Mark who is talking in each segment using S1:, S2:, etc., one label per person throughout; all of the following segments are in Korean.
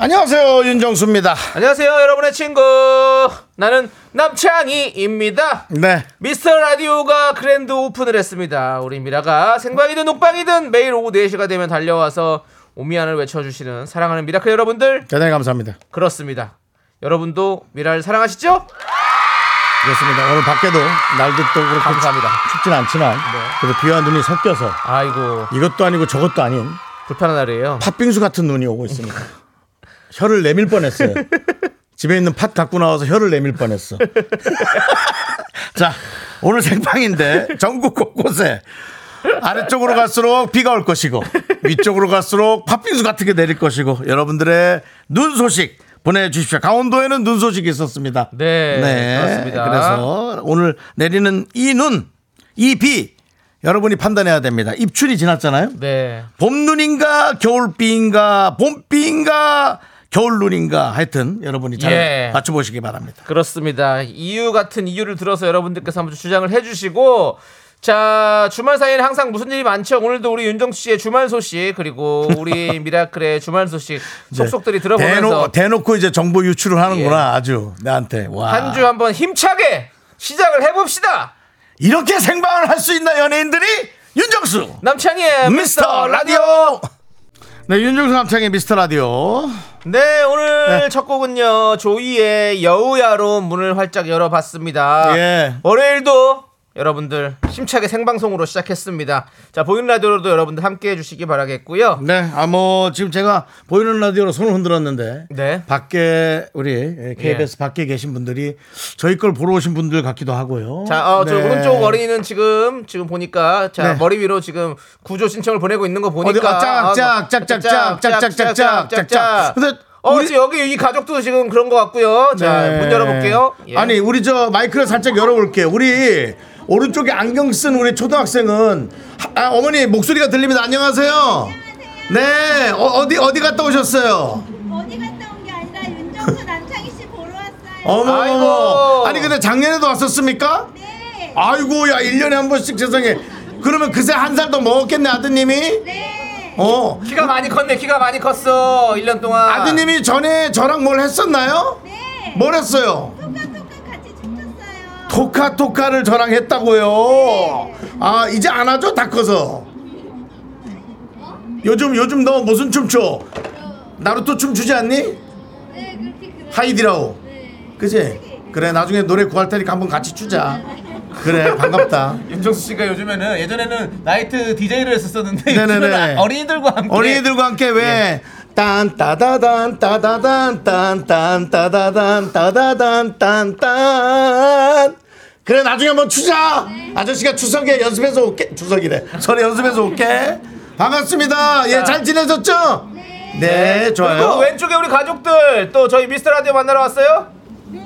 S1: 안녕하세요 윤정수입니다.
S2: 안녕하세요, 여러분의 친구. 나는 남창희입니다.
S1: 네.
S2: 미스터 라디오가 그랜드 오픈을 했습니다. 우리 미라가 생방이든 녹방이든 매일 오후 4시가 되면 달려와서 오미안을 외쳐주시는 사랑하는 미라클 여러분들.
S1: 대단히 감사합니다.
S2: 그렇습니다. 여러분도 미라를 사랑하시죠?
S1: 그렇습니다. 오늘 밖에도 날도 또 그렇게
S2: 감사합니다. 네.
S1: 춥- 춥진 않지만 그래도 비와 눈이 섞여서
S2: 아이고,
S1: 이것도 아니고 저것도 아닌
S2: 불편한 날이에요.
S1: 팥빙수 같은 눈이 오고 있습니다. 혀를 내밀 뻔했어요. 집에 있는 팥 갖고 나와서 혀를 내밀 뻔했어. 자, 오늘 생방인데 전국 곳곳에 아래쪽으로 갈수록 비가 올 것이고 위쪽으로 갈수록 팥빙수 같은 게 내릴 것이고 여러분들의 눈 소식 보내주십시오. 강원도에는 눈 소식이 있었습니다.
S2: 네, 그렇습니다.
S1: 그래서 오늘 내리는 이 눈, 이 비, 여러분이 판단해야 됩니다. 입춘이 지났잖아요.
S2: 네.
S1: 봄눈인가 겨울비인가 봄비인가 겨울눈인가 하여튼 여러분이 잘
S2: 예.
S1: 맞춰보시기 바랍니다.
S2: 그렇습니다. 이유 같은 이유를 들어서 여러분들께서 한번 주장을 해주시고 자 주말 사이에는 항상 무슨 일이 많죠. 오늘도 우리 윤정수 씨의 주말 소식 그리고 우리 미라클의 주말 소식 속속들이 들어보면서 예.
S1: 대놓, 대놓고 이제 정보 유출을 하는구나 아주 나한테 와
S2: 한 주 한번 힘차게 시작을 해봅시다.
S1: 이렇게 생방을 할 수 있나 연예인들이 윤정수
S2: 남창희의
S1: 미스터 라디오 네 윤정수 남창의 미스터 라디오
S2: 네 오늘 첫 곡은요 조이의 여우야로 문을 활짝 열어봤습니다.
S1: 예.
S2: 월요일도 여러분들 힘차게 생방송으로 시작했습니다. 자 보이는 라디오로도 여러분들 함께해 주시기 바라겠고요.
S1: 네아 뭐 지금 제가 보이는 라디오로 손을 흔들었는데
S2: 네. 예.
S1: 밖에 우리 KBS 밖에 계신 분들이 저희 걸 보러 오신 분들 같기도 하고요
S2: 자, 어, 저
S1: 네.
S2: 오른쪽 어린이는 지금 지금 보니까 자
S1: 네.
S2: 머리 위로 지금 구조 신청을 보내고 있는 거
S1: 어디
S2: 보니까
S1: 아, 짝짝 짝짝 짝짝 짝짝 짝짝. 근데
S2: 어,
S1: 우리-
S2: 우리 여기 이 가족도 지금 그런 것 같고요. 자,
S1: 네.
S2: 문 열어볼게요. 예.
S1: 아니 우리 저 마이크를 살짝 열어볼게요. 우리 오른쪽에 안경 쓴 우리 초등학생은 하- 아, 어머니 목소리가 들립니다. 안녕하세요. 네 어, 디 어디 갔다 오셨어요?
S3: 어디 갔다 온 게 아니라 윤정수 남창희 씨 보러 왔어요.
S1: 어머
S2: 아이고.
S1: 어머. 아니 근데 작년에도 왔었습니까?
S3: 네.
S1: 아이고 야 1년에 한 번씩 세상에 그러면 그새 한 살 더 먹었겠네 아드님이
S3: 네.
S1: 어
S2: 키가 많이 컸네. 키가 많이 컸어. 1년 동안.
S1: 아드님이 전에 저랑 뭘 했었나요?
S3: 네.
S1: 뭘 했어요?
S3: 톡톡톡 같이 춤췄어요.
S1: 토카토카를 저랑 했다고요. 아 이제 안 하죠 다 커서. 요즘 요즘 너 무슨 춤 춰? 나루토 춤 추지 않니?
S3: 네, 그렇게 그래.
S1: 하이디라오. 그지? 그래 나중에 노래 구할 테니까 한번 같이 추자. 그래 반갑다.
S2: 윤정수 씨가 요즘에는 예전에는 나이트 DJ를 했었었는데
S1: 네네네.
S2: 요즘에는 어린이들과 함께 예.
S1: 어린이들과 함께 왜? 딴 따다단 따다단 딴딴 따다단 따다단 딴딴 그래 나중에 한번 추자
S2: 네.
S1: 아저씨가 추석에 연습해서 올게 추석이래 설에 연습해서 올게 반갑습니다 예 잘 지내셨죠 네
S2: 그리고
S1: 좋아요
S2: 왼쪽에 우리 가족들 또 저희 미스터 라디오 만나러 왔어요? 네.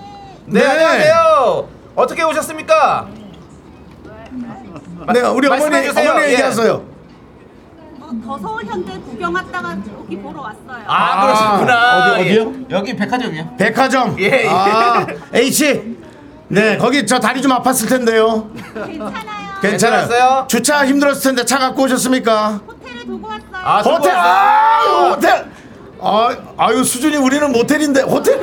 S1: 네.
S2: 안녕하세요. 어떻게 오셨습니까?
S1: 네 우리 어머니
S2: 말씀해 주세요.
S1: 어머니
S2: 예.
S1: 얘기하세요
S3: 어,
S4: 더 서울 현대 구경 왔다가 여기 보러 왔어요.
S2: 아,
S1: 아,
S2: 그러시구나.
S1: 어디,
S2: 예.
S1: 어디요?
S2: 여기 백화점이요.
S1: 백화점
S2: 예, 예.
S1: 아 H 네 거기 저 다리 좀 아팠을 텐데요
S3: 괜찮아요.
S1: 괜찮아요
S2: 괜찮았어요?
S1: 주차 힘들었을 텐데 차 갖고 오셨습니까
S3: 호텔을 두고 왔어요.
S2: 아,
S1: 호텔! 아, 호텔! 아, 아유, 수준이 우리는 모텔인데, 호텔!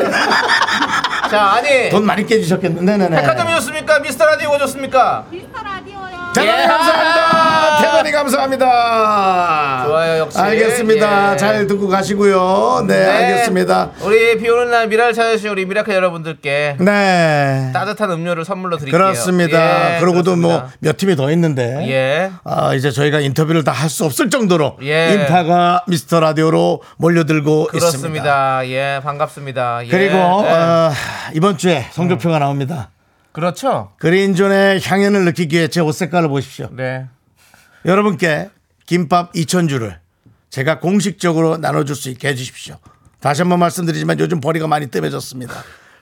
S2: 자, 아니.
S1: 돈 네. 많이 깨지셨겠는데, 네네.
S2: 네. 백화점이 좋습니까? 미스터 라디오 좋습니까?
S3: 미스터 라디오요.
S1: 대단히
S2: 예. 아.
S1: 감사합니다! 대단히 감사합니다!
S2: 좋아요, 역시.
S1: 알겠습니다.
S2: 예.
S1: 잘 듣고 가시고요. 네, 알겠습니다.
S2: 우리 비 오는 날 미라를 찾으신 우리 미라클 여러분들께
S1: 네.
S2: 따뜻한 음료를 선물로 드릴게요.
S1: 그렇습니다.
S2: 예,
S1: 그러고도 뭐
S2: 그렇습니다.
S1: 몇 팀이 더 있는데.
S2: 예.
S1: 아, 이제 저희가 인터뷰를 다 할 수 없을 정도로
S2: 예.
S1: 인파가 미스터 라디오로 몰려들고 있습니다.
S2: 그렇습니다. 예, 반갑습니다. 예,
S1: 그리고
S2: 예.
S1: 어, 이번 주에 성적표가 나옵니다.
S2: 그렇죠.
S1: 그린존의 향연을 느끼기 위해 제 옷 색깔을 보십시오.
S2: 네.
S1: 여러분께 김밥 2,000주를 제가 공식적으로 나눠줄 수 있게 해주십시오. 다시 한번 말씀드리지만 요즘 벌이가 많이 뜸해졌습니다.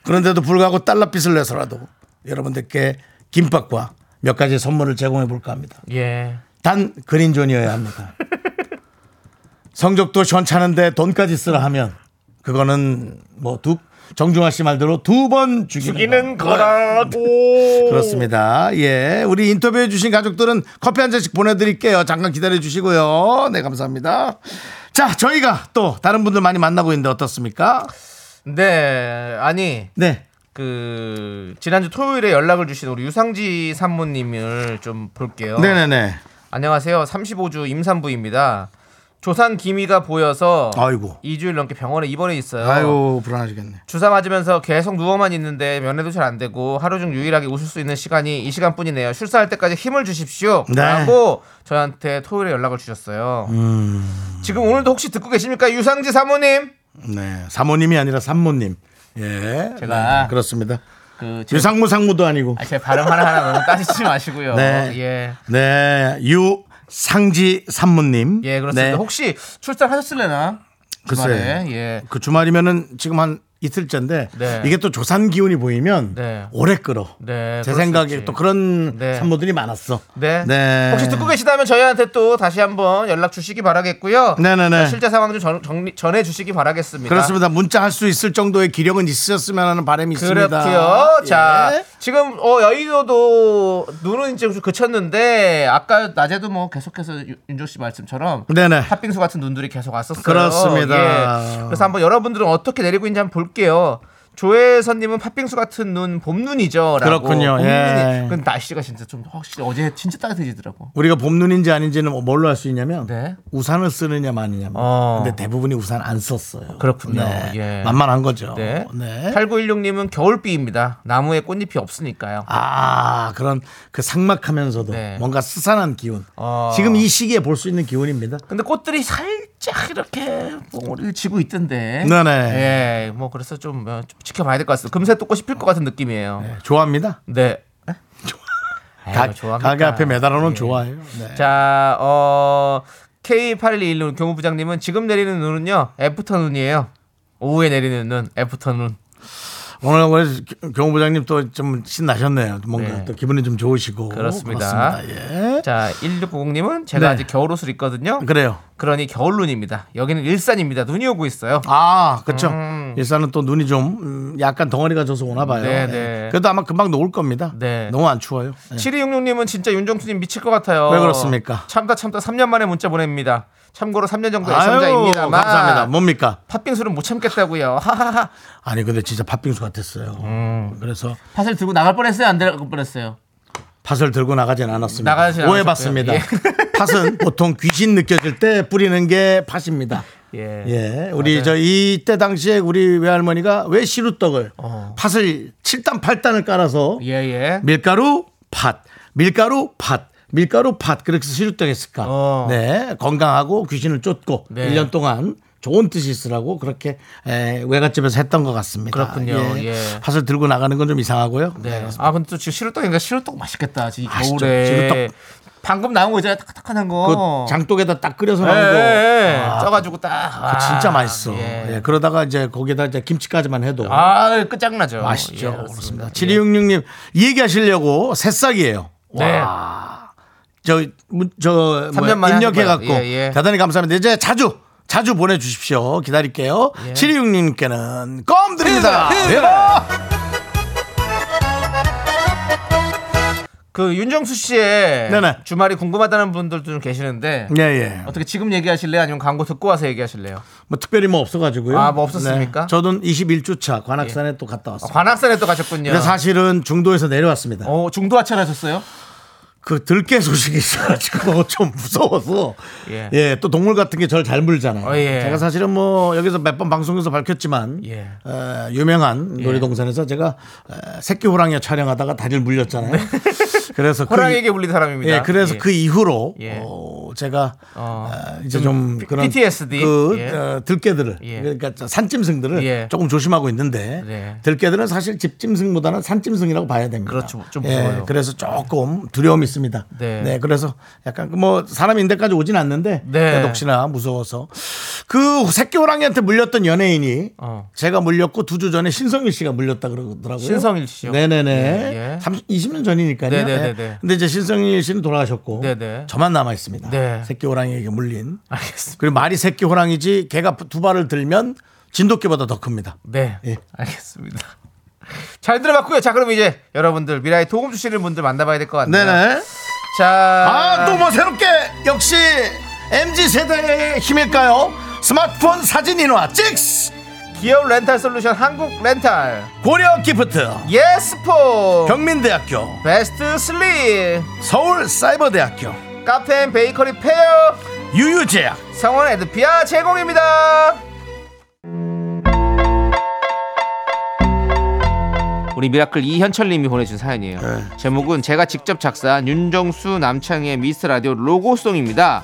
S1: 그런데도 불구하고 달러빚을 내서라도 여러분들께 김밥과 몇 가지 선물을 제공해 볼까 합니다.
S2: 예.
S1: 단 그린존이어야 합니다. 성적도 현찮은데 돈까지 쓰라 하면 그거는 뭐 두 정중화 씨 말대로 두 번 죽이는,
S2: 죽이는
S1: 거.
S2: 거라고.
S1: 그렇습니다. 예, 우리 인터뷰해 주신 가족들은 커피 한 잔씩 보내드릴게요. 잠깐 기다려 주시고요. 네, 감사합니다. 자, 저희가 또 다른 분들 많이 만나고 있는데 어떻습니까?
S2: 네. 아니
S1: 네,
S2: 그 지난주 토요일에 연락을 주신 우리 유상지 산모님을 좀 볼게요.
S1: 네, 네, 네.
S2: 안녕하세요. 35주 임산부입니다. 조산 기미가 보여서
S1: 아이고.
S2: 2주일 넘게 병원에 입원해 있어요.
S1: 아유, 불안하시겠네.
S2: 주사 맞으면서 계속 누워만 있는데 면회도 잘 안 되고 하루 중 유일하게 웃을 수 있는 시간이 이 시간뿐이네요. 출산할 때까지 힘을 주십시오.
S1: 네.
S2: 라고 저한테 토요일에 연락을 주셨어요.
S1: 음.
S2: 지금 오늘도 혹시 듣고 계십니까? 유상지 사모님.
S1: 네, 사모님이 아니라 산모님. 예,
S2: 제가
S1: 네, 그렇습니다.
S2: 그 제,
S1: 유상무 상무도 아니고.
S2: 아, 제 발음 하나하나 너무 따지지 마시고요.
S1: 네.
S2: 예.
S1: 네, 유상지 산모님.
S2: 예, 그렇습니다.
S1: 네,
S2: 혹시 출산하셨을래나?
S1: 글쎄,
S2: 주말에? 예.
S1: 그 주말이면은 지금 한 이틀째인데
S2: 네.
S1: 이게 또 조산 기운이 보이면
S2: 네.
S1: 오래 끌어.
S2: 네,
S1: 제
S2: 그럴 수
S1: 생각에
S2: 있지.
S1: 또 그런
S2: 네.
S1: 산모들이 많았어.
S2: 네. 혹시 듣고 계시다면 저희한테 또 다시 한번 연락 주시기 바라겠고요.
S1: 네네네.
S2: 자, 실제 상황 좀 전, 정리, 전해 주시기 바라겠습니다.
S1: 그렇습니다. 문자 할 수 있을 정도의 기력은 있으셨으면 하는 바람이 있습니다.
S2: 그렇고요. 자,
S1: 예.
S2: 지금 어, 여의도도 눈은 이제 좀 그쳤는데 아까 낮에도 뭐 계속해서 유- 윤조 씨 말씀처럼
S1: 네네.
S2: 팥빙수 같은 눈들이 계속 왔었어요.
S1: 그렇습니다.
S2: 예. 그래서 한번 여러분들은 어떻게 내리고 있는지 한번 볼게요. 조혜선님은 팥빙수 같은 눈, 봄눈이죠. 라고.
S1: 그렇군요.
S2: 봄눈이.
S1: 예.
S2: 근데 날씨가 진짜 좀 확실히 어제 진짜 따뜻해지더라고.
S1: 우리가 봄눈인지 아닌지는 뭐 뭘로 알 수 있냐면
S2: 네.
S1: 우산을 쓰느냐 마느냐.
S2: 어.
S1: 근데 대부분이 우산 안 썼어요.
S2: 그렇군요.
S1: 네.
S2: 예.
S1: 만만한 거죠.
S2: 네.
S1: 네.
S2: 8916님은 겨울비입니다. 나무에 꽃잎이 없으니까요.
S1: 아 그런 그 삭막하면서도
S2: 네.
S1: 뭔가 스산한 기운.
S2: 어.
S1: 지금 이 시기에 볼 수 있는 기운입니다.
S2: 근데 꽃들이 살짝 이렇게 봉우리를 지고 있던데.
S1: 네네.
S2: 네? 예, 뭐 그래서 좀, 어, 좀 지켜봐야 될 것 같습니다. 금세 또 꽃이 필 것 같은 느낌이에요. 네.
S1: 좋아합니다.
S2: 에? 아유,
S1: 가,
S2: 좋아합니까?
S1: 가게 앞에 매달아놓은
S2: 예.
S1: 좋아해요. 네.
S2: 자, 어, K8121 교무부장님은 지금 내리는 눈은요, 애프터 눈이에요. 오후에 내리는 눈, 애프터 눈.
S1: 오늘 우리 경호 부장님 또 좀 신나셨네요. 뭔가
S2: 네.
S1: 또 기분이 좀 좋으시고
S2: 그렇습니다.
S1: 그렇습니다. 예.
S2: 자, 1690님은 제가
S1: 네.
S2: 아직 겨울 옷을 입거든요.
S1: 그래요.
S2: 그러니 겨울 눈입니다. 여기는 일산입니다. 눈이 오고 있어요.
S1: 아, 그렇죠.
S2: 음.
S1: 일산은 또 눈이 좀 음, 약간 덩어리가 져서 오나 봐요.
S2: 네,
S1: 예.
S2: 네.
S1: 그래도 아마 금방 녹을 겁니다.
S2: 네.
S1: 너무 안 추워요. 예.
S2: 7266님은 진짜 윤정수님 미칠 것 같아요.
S1: 왜 그렇습니까?
S2: 참다 참다 3년 만에 문자 보냅니다. 참고로 3년 정도
S1: 아유,
S2: 애청자입니다만.
S1: 감사합니다. 뭐- 뭡니까?
S2: 팥빙수는 못 참겠다고요. 하하하.
S1: 아니 근데 진짜 팥빙수 같았어요.
S2: 음.
S1: 그래서
S2: 팥을 들고 나갈 뻔했어요. 안 나갈 뻔했어요.
S1: 팥을 들고 나가진 않았습니다.
S2: 나가진
S1: 오해받습니다.
S2: 않으셨고요. 예.
S1: 팥은 보통 귀신 느껴질 때 뿌리는 게 팥입니다.
S2: 예.
S1: 예, 우리 저 이때 당시에 우리 외할머니가 왜 시루떡을 팥을 7단 8단을 깔아서
S2: 어. 예, 예.
S1: 밀가루 팥, 밀가루 팥, 밀가루 팥 그렇게 해서 시루떡 했을까?
S2: 어.
S1: 네, 건강하고 귀신을 쫓고
S2: 네.
S1: 일 1년 동안 좋은 뜻이 있으라고 그렇게 에, 외갓집에서 했던 것 같습니다.
S2: 그렇군요. 예.
S1: 팥을 들고 나가는 건 좀 이상하고요.
S2: 네. 아, 근데 또 지금 시루떡인가? 시루떡 맛있겠다. 지금 이
S1: 맛있죠.
S2: 겨울에.
S1: 시루떡.
S2: 방금 나온 거 있잖아요. 딱딱한
S1: 그
S2: 거.
S1: 장독에다 딱 끓여서
S2: 어. 예,
S1: 나온 거.
S2: 예, 예.
S1: 아,
S2: 쪄가지고 딱.
S1: 그거
S2: 아,
S1: 진짜 맛있어.
S2: 예.
S1: 예, 그러다가 이제 거기다 이제 김치까지만 해도
S2: 아, 끝장나죠.
S1: 맛있죠.
S2: 예,
S1: 그렇습니다.
S2: 그렇습니다.
S1: 7266님, 이 얘기 하시려고 새싹이에요.
S2: 네.
S1: 저, 문- 저,
S2: 삼
S1: 뭐야,
S2: 년 만에
S1: 입력해갖고
S2: 하는 거예요. 예, 예.
S1: 대단히 감사합니다. 이제 자주, 자주 보내주십시오. 기다릴게요.
S2: 예.
S1: 7266님께는 껌 드립니다. 대박!
S2: 그 윤정수 씨의
S1: 네네.
S2: 주말이 궁금하다는 분들도 좀 계시는데
S1: 예, 예.
S2: 어떻게 지금 얘기하실래요? 아니면 광고 듣고 와서 얘기하실래요?
S1: 뭐 특별히 뭐 없어가지고요. 네.
S2: 아, 뭐 없었습니까? 예.
S1: 저도 21주차 관악산에 또 갔다 왔어요.
S2: 관악산에 또 가셨군요.
S1: 근데 사실은 중도에서 내려왔습니다.
S2: 어, 중도 하차를 하셨어요?
S1: 그 들깨 소식이 있어가지고 좀 무서워서
S2: 예.
S1: 예. 또 동물 같은 게 절 잘 물잖아요.
S2: 어, 예.
S1: 제가 사실은 뭐 여기서 몇 번 방송에서 밝혔지만
S2: 예.
S1: 어, 유명한 놀이동산에서 제가 어, 새끼 호랑이 촬영하다가 다리를 물렸잖아요. 그래서 그
S2: 네. 호랑이에게
S1: 이-
S2: 불린 사람입니다.
S1: 예, 그래서
S2: 예.
S1: 그 이후로
S2: 예.
S1: 어, 제가
S2: 어,
S1: 아, 이제 좀,
S2: 피-
S1: 그런
S2: PTSD.
S1: 그
S2: 예.
S1: 어, 들깨들을
S2: 예.
S1: 그러니까 저 산짐승들을
S2: 예.
S1: 조금 조심하고 있는데
S2: 네.
S1: 들깨들은 사실 집짐승보다는 산짐승이라고 봐야 됩니다.
S2: 그렇죠. 좀
S1: 예,
S2: 무서워요.
S1: 그래서 조금 두려움이 있습니다.
S2: 네.
S1: 네. 그래서 약간 그뭐 사람 인데까지 오진 않는데
S2: 네.
S1: 그래도 혹시나 무서워서 그 새끼 호랑이한테 물렸던 연예인이
S2: 어.
S1: 제가 물렸고 두 주 전에 신성일 씨가 물렸다 그러더라고요.
S2: 신성일 씨요? 예, 예.
S1: 네네네. 30, 20년 전이니까요.
S2: 네네네네.
S1: 예. 근데 이제 신성일 씨는 돌아가셨고
S2: 네네.
S1: 저만 남아 있습니다.
S2: 네.
S1: 새끼 호랑이에게 물린.
S2: 알겠습니다.
S1: 그리고 말이 새끼 호랑이지 개가 두 발을 들면 진돗개보다 더 큽니다.
S2: 네.
S1: 예.
S2: 알겠습니다. 잘 들어봤고요. 자, 그럼 이제 여러분들 미라에 도움 주시는 분들 만나봐야 될 것 같네요.
S1: 네네. 아
S2: 자,
S1: 또 뭐 새롭게 역시 MZ 세대의 힘일까요? 스마트폰 사진 인화 찍스
S2: 기업 렌탈 솔루션 한국 렌탈
S1: 고려 기프트
S2: 예스포
S1: 경민대학교
S2: 베스트 슬립
S1: 서울 사이버대학교
S2: 카페인 베이커리 페어
S1: 유유제약
S2: 성원 에드피아 제공입니다. 우리 미라클 이현철님이 보내준 사연이에요.
S1: 네.
S2: 제목은 제가 직접 작사한 윤정수 남창의 미스 라디오 로고송입니다.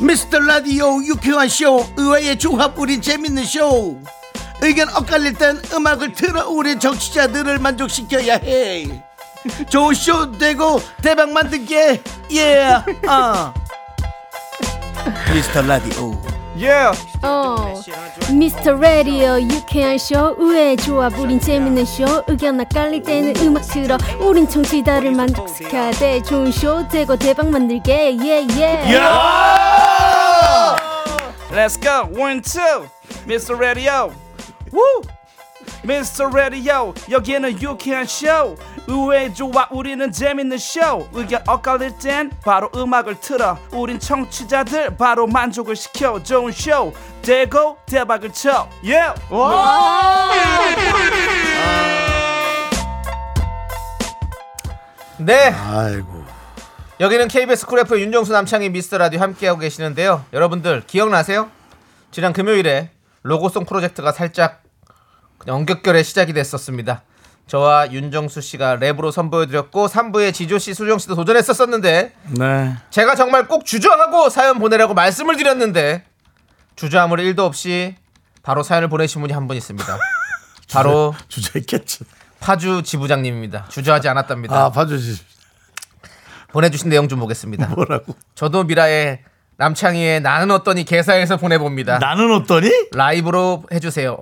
S1: 미스터 라디오 유쾌한 쇼 의외의 조합 우린 재밌는 쇼 의견 엇갈릴 땐 음악을 틀어 우리 정치자들을 만족시켜야 해 좋은 쇼 되고 대박 만들게 예 아. 미스터 라디오
S2: 예.
S5: 어, 미스터 라디오 유쾌한 쇼 의외의 조합 우린 재밌는 쇼 의견 엇갈릴 때는 음악 틀어 우린 청취자를 만족시켜야 돼 좋은 쇼 되고 대박 만들게 예예
S6: Let's go. One, two. Mr. Radio. Woo! Mr. Radio. 여기는 유쾌한 쇼. 의외의 조와 우리는 재밌는 쇼. 의견 엇갈릴 땐 바로 음악을 틀어. 우린 청취자들 바로 만족을 시켜. 좋은 쇼. 대고 대박을 쳐. Yeah!
S2: 네.
S1: 아이고
S2: 여기는 KBS 쿨 f 의 윤정수 남창희 미스터 라디오 함께하고 계시는데요. 여러분들 기억나세요? 지난 금요일에 로고송 프로젝트가 살짝 그냥 엉겹결에 시작이 됐었습니다. 저와 윤정수 씨가 랩으로 선보여드렸고 3부에 지조 씨, 수정 씨도 도전했었었는데
S1: 네
S2: 제가 정말 꼭 주저하고 사연 보내라고 말씀을 드렸는데 주저함을 1도 없이 바로 사연을 보내신 분이 한 분 있습니다. 바로
S1: 주저했겠지
S2: 파주 지부장님입니다. 주저하지
S1: 아.
S2: 않았답니다.
S1: 봐주지
S2: 보내주신 내용 좀 보겠습니다.
S1: 뭐라고
S2: 저도 미라의 남창희의 나는 어떠니 개사에서 보내봅니다.
S1: 나는 어떠니
S2: 라이브로 해주세요.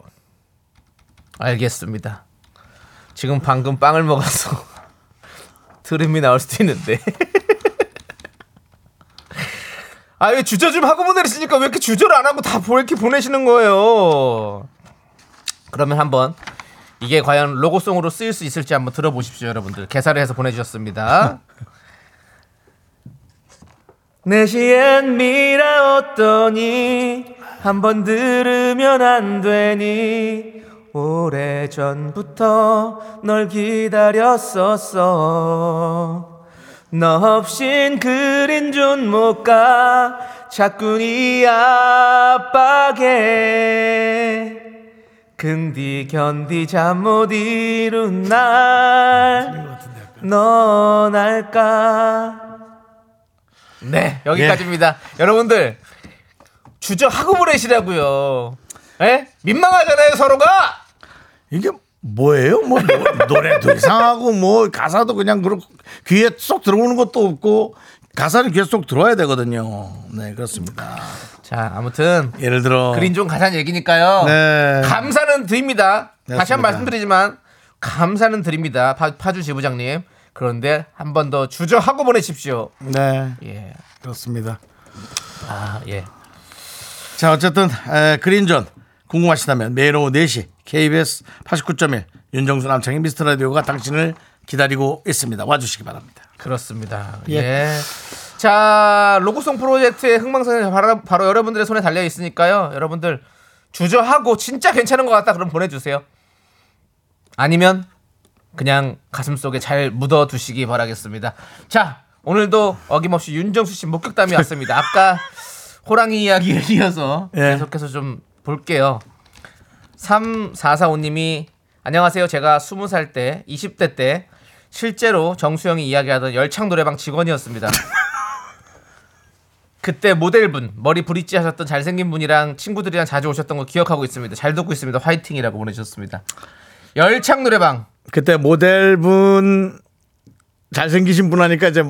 S2: 알겠습니다. 지금 방금 빵을 먹어서 트름이 나올 수도 있는데. 아 왜 주저 좀 하고 보내시니까 왜 이렇게 주저를 안 하고 다 보- 이렇게 보내시는 거예요? 그러면 한번 이게 과연 로고송으로 쓰일 수 있을지 한번 들어보십시오, 여러분들. 개사를 해서 보내주셨습니다. 4시엔 미라 어떠니 한번 들으면 안 되니 오래전부터 널 기다렸었어 너 없인 그린 존못가 자꾸 네 이 압박에 긍디 견디 잠 못 이룬 날넌 알까 네 여기까지입니다 여러분들 주저하고 보내시라고요 에? 민망하잖아요 서로가
S1: 이게 뭐예요? 뭐 노- 노래도 이상하고 뭐 가사도 그냥 그렇고 귀에 쏙 들어오는 것도 없고 가사는 귀에 쏙 들어와야 되거든요. 네 그렇습니다.
S2: 자 아무튼
S1: 예를 들어
S2: 그린존 가산 얘기니까요
S1: 네.
S2: 감사는 드립니다 다시
S1: 맞습니다.
S2: 한번 말씀드리지만 감사는 드립니다 파, 주 지부장님 그런데 한 번 더 주저하고 보내십시오
S1: 네
S2: 예.
S1: 그렇습니다.
S2: 아, 예.
S1: 자 어쨌든 에, 그린존 궁금하시다면 매일 오후 4시 KBS 89.1 윤정수 남창희 미스터 라디오가 당신을 기다리고 있습니다. 와주시기 바랍니다.
S2: 그렇습니다. 예.
S1: 예.
S2: 자, 로고송 프로젝트의 흥망성쇠 바로, 바로 여러분들의 손에 달려 있으니까요. 여러분들 주저하고 진짜 괜찮은 것 같다 그럼 보내주세요. 아니면 그냥 가슴 속에 잘 묻어 두시기 바라겠습니다. 자, 오늘도 어김없이 윤정수 씨 목격담이 왔습니다. 아까 호랑이 이야기에 이어서
S1: 예.
S2: 계속해서 좀 볼게요. 3445님이 안녕하세요. 제가 20살 때, 20대 때 실제로 정수영이 이야기하던 열창 노래방 직원이었습니다. 그때 모델분 머리 브릿지 하셨던 잘생긴 분이랑 친구들이랑 자주 오셨던 거 기억하고 있습니다. 잘 듣고 있습니다. 화이팅이라고 보내주셨습니다. 열창 노래방
S1: 그때 모델분 잘생기신 분 하니까 이제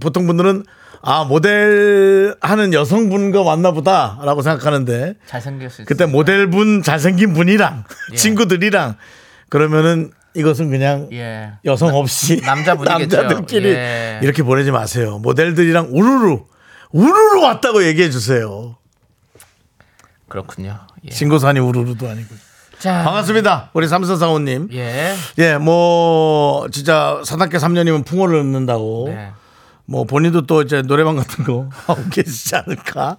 S1: 보통 분들은 아 모델 하는 여성분과 왔나보다라고 생각하는데
S2: 잘생길 수 있어요.
S1: 그때 모델분 잘생긴 분이랑
S2: 예.
S1: 친구들이랑 그러면은 이것은 그냥
S2: 예.
S1: 여성 없이
S2: 남자분이겠죠.
S1: 들끼리
S2: 예.
S1: 이렇게 보내지 마세요. 모델들이랑 우르르 우르르 왔다고 얘기해 주세요.
S2: 그렇군요. 예.
S1: 신고산이 우르르도 아니고.
S2: 자,
S1: 반갑습니다. 우리 삼선사원님.
S2: 예.
S1: 예, 뭐 진짜 사단계 3년이면 풍어를 얻는다고.
S2: 네.
S1: 뭐 본인도 또 이제 노래방 같은 거 하고 계시지 않을까?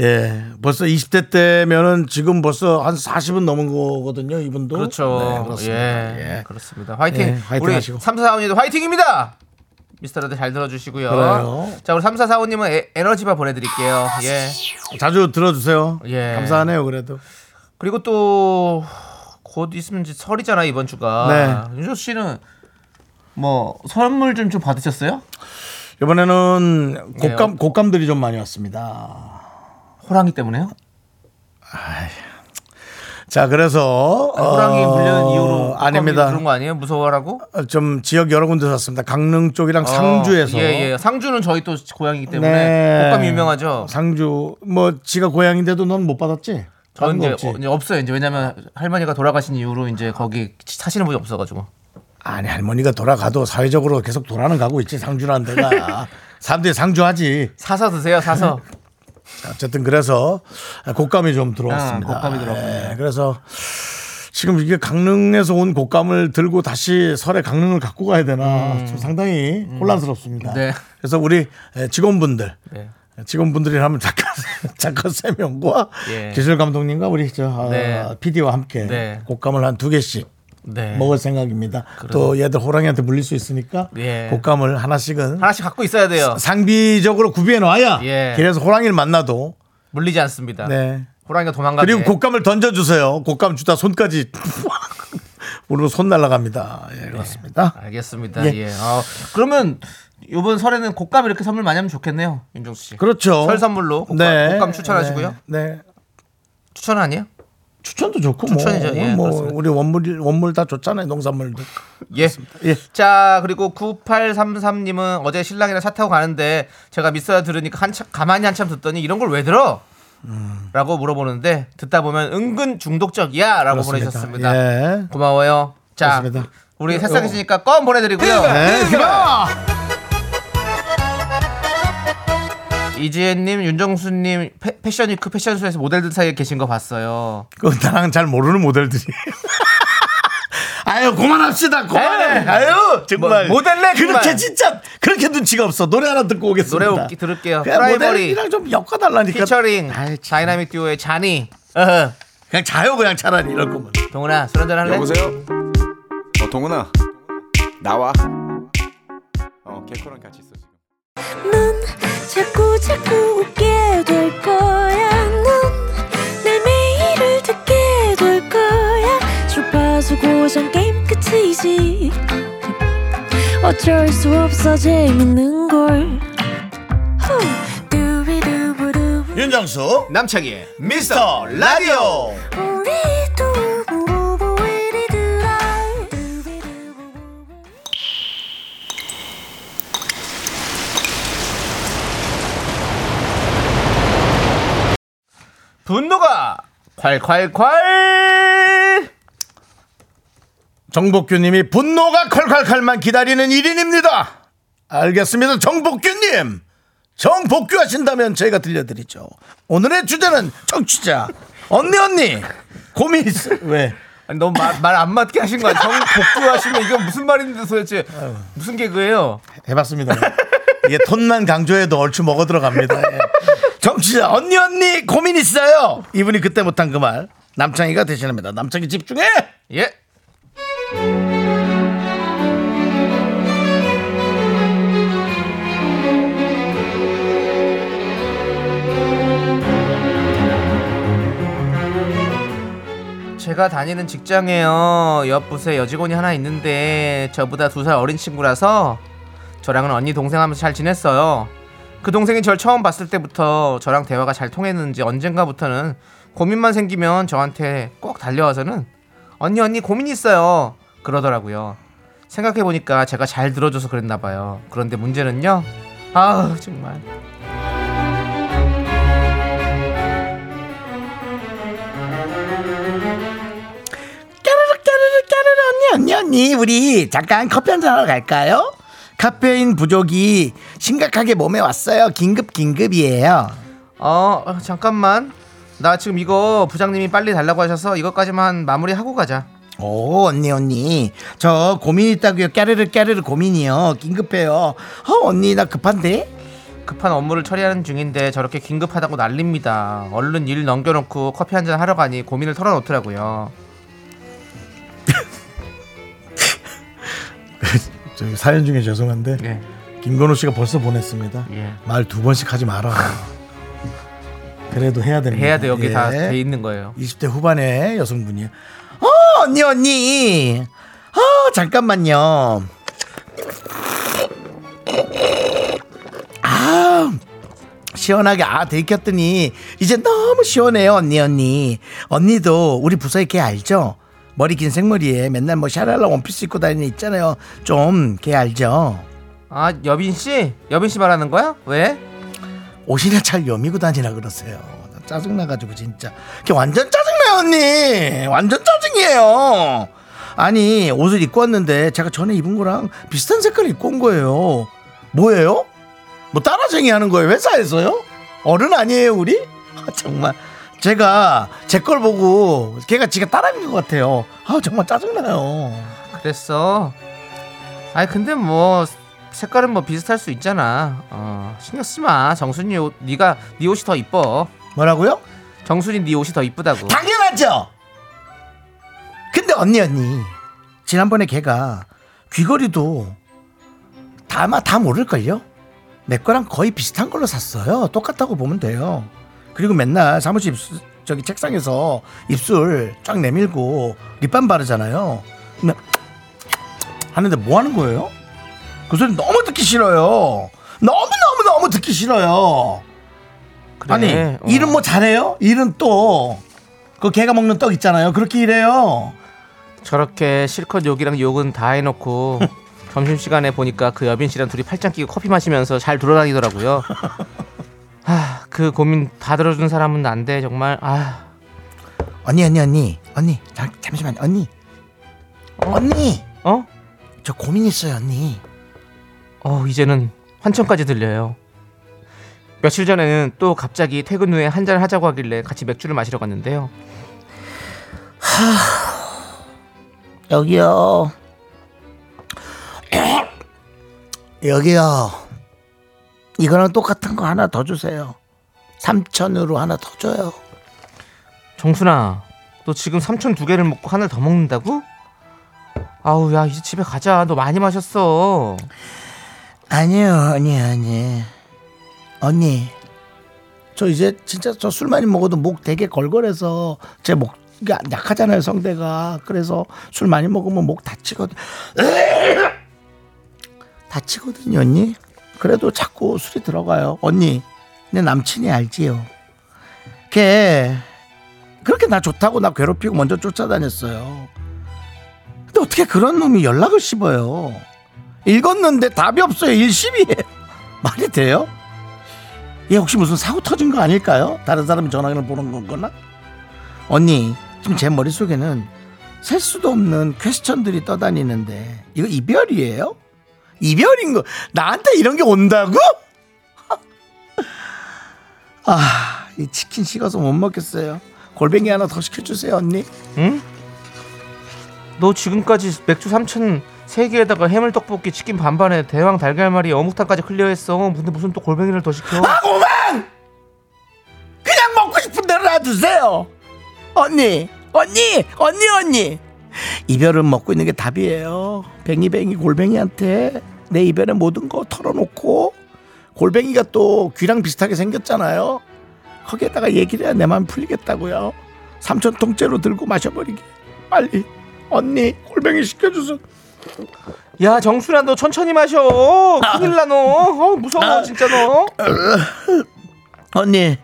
S1: 예. 벌써 20대 때면은 지금 벌써 한 40은 넘은 거거든요, 이분도. 네,
S2: 그렇죠.
S1: 그렇습니다.
S2: 예,
S1: 예.
S2: 그렇습니다. 화이팅.
S1: 예, 화이팅
S2: 우리
S1: 하시고.
S2: 3445님도 화이팅입니다. 미스터라드 잘 들어주시고요.
S1: 그래요.
S2: 자, 우리 3445님은 에, 에너지바 보내드릴게요. 예.
S1: 자주 들어 주세요.
S2: 예.
S1: 감사하네요, 그래도.
S2: 그리고 또 곧 있으면 이제 설이잖아 이번 주가.
S1: 네.
S2: 윤조 씨는 뭐 선물 좀 좀 받으셨어요?
S1: 이번에는 곶감
S2: 예.
S1: 곶감들이 좀 많이 왔습니다.
S2: 호랑이 때문에요?
S1: 자, 그래서
S2: 아니, 호랑이
S1: 어,
S2: 물려는 이유로
S1: 아닙니다.
S2: 그런 거 아니에요? 무서워라고?
S1: 어, 좀 지역 여러 군데 왔습니다. 강릉 쪽이랑
S2: 어,
S1: 상주에서
S2: 예, 예. 상주는 저희 또 고향이기 때문에
S1: 네.
S2: 곶감 유명하죠.
S1: 상주 뭐 지가 고향인데도 넌 못 받았지? 받은
S2: 저는
S1: 거
S2: 이제,
S1: 없지?
S2: 어, 이제 없어요. 이제 왜냐면 할머니가 돌아가신 이후로 이제 거기 사시는 분이 없어가지고.
S1: 아니 할머니가 돌아가도 사회적으로 계속 돌아는 가고 있지 상주라는 데가 사람들이 상주하지.
S2: 사서 드세요. 사서.
S1: 어쨌든 그래서 곶감이 좀 들어왔습니다.
S2: 아, 곶감이 들어왔군요.
S1: 예, 그래서 지금 이게 강릉에서 온 곶감을 들고 다시 설에 강릉을 갖고 가야 되나 좀 상당히 혼란스럽습니다.
S2: 음. 네.
S1: 그래서 우리 예, 직원분들
S2: 네.
S1: 직원분들이라면 작가 작가 세 명과
S2: 예.
S1: 기술 감독님과 우리 저 어,
S2: 네.
S1: PD와 함께
S2: 네.
S1: 곶감을 한 두 개씩
S2: 네.
S1: 먹을 생각입니다. 또 얘들 호랑이한테 물릴 수 있으니까
S2: 예.
S1: 곶감을 하나씩은
S2: 하나씩 갖고 있어야 돼요.
S1: 상비적으로 구비해 놔야
S2: 예.
S1: 길에서 호랑이를 만나도
S2: 물리지 않습니다.
S1: 네.
S2: 호랑이가 도망가게.
S1: 그리고 곶감을 던져 주세요. 곶감 주다 손까지 우리 손 날라갑니다. 예, 그렇습니다.
S2: 알겠습니다.
S1: 예.
S2: 예. 어, 그러면 이번 설에는 곶감 이렇게 선물 많이 하면 좋겠네요. 윤종수 씨.
S1: 그렇죠.
S2: 설 선물로 곶감, 곶감 추천하시고요.
S1: 네. 네.
S2: 추천 아니에요?
S1: 추천도 좋고
S2: 추천이죠.
S1: 뭐,
S2: 예,
S1: 뭐
S2: 그렇습니다.
S1: 우리 원물 원물 다 줬잖아요. 농산물도.
S2: 예.
S1: 예.
S2: 자, 그리고 9833님은 어제 신랑이랑 차 타고 가는데 제가 미스터 들으니까 한참 가만히 한참 듣더니 이런 걸 왜 들어?
S1: 음.
S2: 라고 물어보는데 듣다 보면 은근 중독적이야 라고
S1: 그렇습니다.
S2: 보내셨습니다.
S1: 예.
S2: 고마워요. 자,
S1: 그렇습니다. 어.
S2: 우리 새싹이시니까 껌 보내드리고요.
S1: 네, 휘바!
S2: 이지혜님, 윤정수님 패- 그 패션 위크 패션쇼에서 모델들 사이에 계신 거 봤어요.
S1: 그 나랑 잘 모르는 모델들이. 아유, 그만합시다. 그만해.
S2: 에이,
S1: 네, 아유, 정말.
S2: 뭐, 모델네, 정말.
S1: 그렇게 진짜 그렇게 눈치가 없어. 노래 하나 듣고 오겠습니다.
S2: 노래 웃기- 들을게요.
S1: 그냥
S2: 프라이머리.
S1: 모델이랑 좀 엮어 달라니까.
S2: 피처링
S1: 그러니까 아이, 참.
S2: 다이나믹 듀오의 잔이. 어허.
S1: 그냥 자요 그냥 차라리 이럴 거면.
S2: 동훈아 술 한잔 할래?
S7: 여보세요? 어, 동훈아. 나와. 어, 개코랑 같이 있어 지금.
S8: 넌 자꾸 자꾸 웃게 될 거야. 넌내 매일을 듣게 될 거야. 주파수 고정 게임 끝이지. 어쩔 수 없어 재밌는 걸. 후. 두비두부두.
S1: 윤정수
S2: 남창희의
S1: 미스터 라디오.
S8: 우리 두부부부 우리 두라. 두비두부부.
S2: 분노가 콸콸콸
S1: 정복규님이 분노가 칼칼칼만 기다리는 1인입니다. 알겠습니다. 정복규님. 정복규 하신다면 저희가 들려드리죠. 오늘의 주제는 청취자. 언니 언니. 고민 있어. 왜?
S2: 아니 너무 말 안 맞게 하신 거야 정복구 하시면 이게 무슨 말인데 도대체 무슨 개그예요
S1: 해봤습니다. 이게 톤만 강조해도 얼추 먹어 들어갑니다. 예. 정치자 언니 언니 고민 있어요. 이분이 그때 못한 그 말. 남창희가 대신합니다. 남창희 집중해.
S2: 예 제가 다니는 직장에요. 옆 부서에 여직원이 하나 있는데 저보다 두 살 어린 친구라서 저랑은 언니 동생 하면서 잘 지냈어요. 그 동생이 절 처음 봤을 때부터 저랑 대화가 잘 통했는지 언젠가부터는 고민만 생기면 저한테 꼭 달려와서는 언니 언니 고민이 있어요. 그러더라고요. 생각해보니까 제가 잘 들어줘서 그랬나 봐요. 그런데 문제는요. 아 정말
S1: 까르르 까르르 까르르 언니 언니 언니 우리 잠깐 커피 한잔 하러 갈까요? 카페인 부족이 심각하게 몸에 왔어요. 긴급 긴급이에요.
S2: 어 어, 잠깐만 나 지금 이거 부장님이 빨리 달라고 하셔서 이것까지만 마무리하고 가자
S1: 오 언니 언니 저 고민 있다고요. 까르르 까르르 고민이요. 긴급해요. 어 언니 나 급한데.
S2: 급한 업무를 처리하는 중인데 저렇게 긴급하다고 난립니다 얼른 일 넘겨놓고 커피 한잔 하러 가니 고민을 털어놓더라고요
S1: 저기 사연 중에 죄송한데
S2: 예.
S1: 김건우 씨가 벌써 보냈습니다.
S2: 예.
S1: 말 두 번씩 하지 마라. 그래도 해야 됩니다.
S2: 해야 돼 여기
S1: 예.
S2: 다 돼 있는 거예요
S1: 20대 후반의 여성분이요. 어, 언니, 언니. 어, 잠깐만요. 아, 시원하게 아 들켰더니 이제 너무 시원해요, 언니, 언니. 언니도 우리 부서에 걔 알죠? 머리 긴 생머리에 맨날 뭐 샤랄라 원피스 입고 다니는 애 있잖아요. 좀 걔 알죠?
S2: 아 여빈씨? 여빈씨 말하는 거야? 왜?
S1: 옷이나 잘 여미고 다니라 그러세요. 나 짜증나가지고 진짜. 걔 완전 짜증나요 언니. 완전 짜증이에요. 아니 옷을 입고 왔는데 제가 전에 입은 거랑 비슷한 색깔 입고 온 거예요. 뭐예요? 뭐 따라쟁이 하는 거예요 회사에서요? 어른 아니에요 우리? 아, 정말 제가 제 걸 보고 걔가 지가 따라 입는 것 같아요. 아 정말 짜증나요.
S2: 그랬어 아니 근데 뭐 색깔은 뭐 비슷할 수 있잖아 어, 신경 쓰지 마 정순이 옷 네가 네 옷이 더 이뻐
S1: 뭐라고요?
S2: 정순이 네 옷이 더 이쁘다고
S1: 당연하죠. 근데 언니 언니 지난번에 걔가 귀걸이도 다마 다 모를 걸요. 내 거랑 거의 비슷한 걸로 샀어요. 똑같다고 보면 돼요. 그리고 맨날 사무실 입술, 저기 책상에서 입술 쫙 내밀고 립밤 바르잖아요. 근데 하는데 뭐 하는 거예요? 그 소리 너무 듣기 싫어요. 너무 너무 너무 듣기 싫어요.
S2: 그래.
S1: 아니
S2: 어.
S1: 일은 뭐 잘해요? 일은 또 그 개가 먹는 떡 있잖아요. 그렇게 일해요.
S2: 저렇게 실컷 욕이랑 욕은 다 해놓고 점심시간에 보니까 그 여빈 씨랑 둘이 팔짱 끼고 커피 마시면서 잘 돌아다니더라고요. 하, 그 고민 다 들어준 사람은 난데 정말 아
S1: 언니 언니 언니 언니 잠, 잠시만 언니 언니
S2: 어?
S1: 저 고민 있어요 언니.
S2: 어 이제는 환청까지 들려요. 며칠 전에는 또 갑자기 퇴근 후에 한잔 하자고 하길래 같이 맥주를 마시러 갔는데요.
S1: 여기요. 여기요. 이거랑 똑같은 거 하나 더 주세요. 삼천으로 하나 더 줘요.
S2: 정순아, 너 지금 삼촌 두 개를 먹고 하나 더 먹는다고? 아우 야 이제 집에 가자. 너 많이 마셨어.
S1: 아니요, 아니, 아니. 언니. 저 이제 진짜 저 술 많이 먹어도 목 되게 걸걸해서 제 목, 이 약하잖아요, 성대가. 그래서 술 많이 먹으면 목 다치거든. 다치거든요, 언니. 그래도 자꾸 술이 들어가요. 언니, 내 남친이 알지요. 걔, 그렇게 나 좋다고 나 괴롭히고 먼저 쫓아다녔어요. 근데 어떻게 그런 놈이 연락을 씹어요? 읽었는데 답이 없어요. 일심이에요. 말이 돼요? 얘 혹시 무슨 사고 터진 거 아닐까요? 다른 사람이 전화기를 보는 건거나? 언니, 지금 제 머릿속에는 셀 수도 없는 퀘스천들이 떠다니는데 이거 이별이에요? 이별인 거 나한테 이런 게 온다고? 아, 이 치킨 식어서 못 먹겠어요. 골뱅이 하나 더 시켜주세요, 언니.
S2: 응? 너 지금까지 맥주 3천 세개에다가 해물떡볶이 치킨 반반에 대왕 달걀말이 어묵탕까지 클리어했어 근데 무슨 또 골뱅이를 더 시켜
S1: 아, 고만! 그냥 먹고 싶은 대로 놔두세요. 언니, 언니, 언니, 언니. 이별은 먹고 있는 게 답이에요. 뱅이뱅이 골뱅이한테 내 이별의 모든 거 털어놓고 골뱅이가 또 귀랑 비슷하게 생겼잖아요. 거기에다가 얘기를 해야 내 마음 풀리겠다고요. 삼천 통째로 들고 마셔버리게. 빨리 언니 꼴뱅이 시켜줘서
S2: 야 정수라 너 천천히 마셔 큰일 나너 어, 무서워 진짜 너
S1: 언니.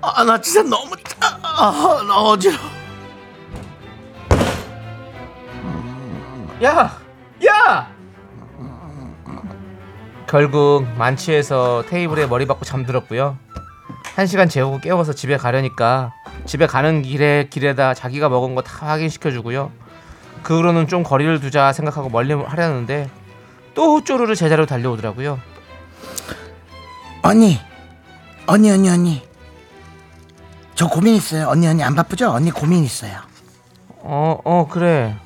S1: 아 나 진짜 너무 아, 아, 나 어지러.
S2: 야! 야! 결국 만취해서 테이블에 머리 박고 잠들었고요. 한 시간 재우고 깨워서 집에 가려니까 집에 가는 길에 길에다 자기가 먹은 거 다 확인시켜 주고요. 그 후로는 좀 거리를 두자 생각하고 멀리 하려는데 또 쪼르르 제자로 달려오더라고요.
S1: 언니, 언니, 언니, 언니. 저 고민 있어요. 언니, 언니 안 바쁘죠? 언니 고민 있어요.
S2: 어, 어, 그래.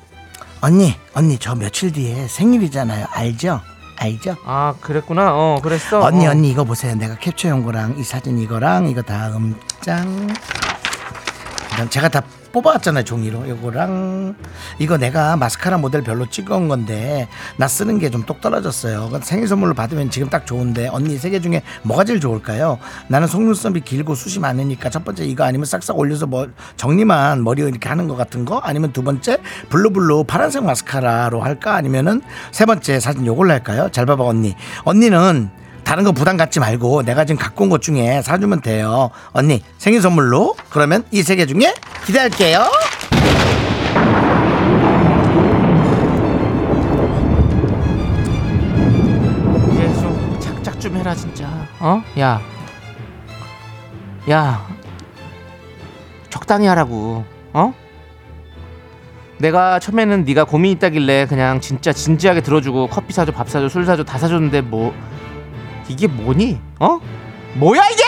S1: 언니, 언니 저 며칠 뒤에 생일이잖아요. 알죠? 알죠?
S2: 아, 그랬구나. 어, 그랬어.
S1: 언니,
S2: 어.
S1: 언니 이거 보세요. 내가 캡처한 거랑 이 사진 이거랑 이거 다음 장. 그다음 제가 다 뽑아왔잖아요 종이로 이거랑 이거 내가 마스카라 모델 별로 찍어온 건데 나 쓰는 게 좀 똑 떨어졌어요 그건 생일 선물로 받으면 지금 딱 좋은데 언니 세 개 중에 뭐가 제일 좋을까요 나는 속눈썹이 길고 숱이 많으니까 첫 번째 이거 아니면 싹싹 올려서 뭐 정리만 머리 이렇게 하는 것 같은 거 아니면 두 번째 블루블루 파란색 마스카라로 할까 아니면은 세 번째 사진 요걸로 할까요 잘 봐봐 언니 언니는 다른 거 부담 갖지 말고 내가 지금 갖고 온 것 중에 사주면 돼요. 언니 생일 선물로 그러면 이 세 개 중에 기대할게요.
S2: 이제 좀 착착 좀 해라 진짜. 어? 야, 야, 적당히 하라고. 어? 내가 처음에는 네가 고민 있다길래 그냥 진짜 진지하게 들어주고 커피 사줘, 밥 사줘, 술 사줘 다 사줬는데 뭐 이게 뭐니? 어? 뭐야 이게?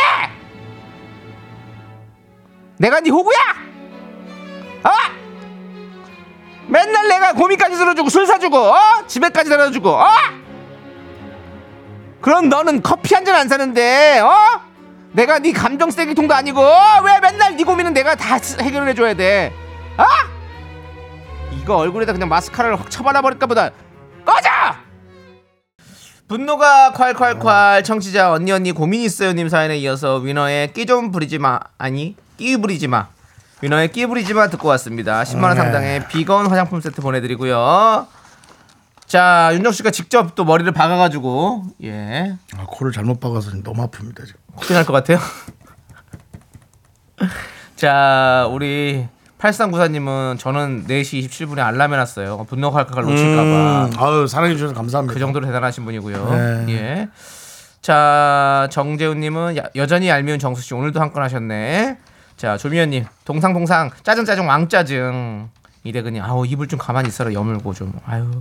S2: 내가 네 호구야? 아! 맨날 내가 고민까지 들어주고 술 사주고 어? 집에까지 데려다주고 어? 그럼 너는 커피 한 잔 안 사는데 어? 내가 네 감정 쓰레기통도 아니고 어? 왜 맨날 네 고민은 내가 다 스- 해결을 해줘야 돼? 아? 이거 얼굴에다 그냥 마스카라를 확 쳐발라버릴까 보다 꺼져! 분노가 콸콸콸 청취자 언니 언니 고민 있어요님 사연에 이어서 위너의 끼 좀 부리지 마 아니 끼 부리지 마 위너의 끼 부리지 마 듣고 왔습니다 10만 원 상당의 비건 화장품 세트 보내드리고요 자 윤정 씨가 직접 또 머리를 박아가지고 예
S1: 아, 코를 잘못 박아서 지금 너무 아픕니다 지금.
S2: 확진할 것 같아요. 자, 우리 8394님은 저는 4시 27분에 알람 해놨어요. 분노가 할까 놓칠까봐.
S1: 음, 아유 사랑해 주셔서 감사합니다.
S2: 그 정도로 대단하신 분이고요.
S1: 네.
S2: 예. 자, 정재훈님은 야- 여전히 얄미운 정수씨 오늘도 한 건 하셨네. 자, 조미연님 동상동상 짜증짜증 왕짜증 이대근이 아우 입을 좀 가만히 있어라 여물고 좀 아유.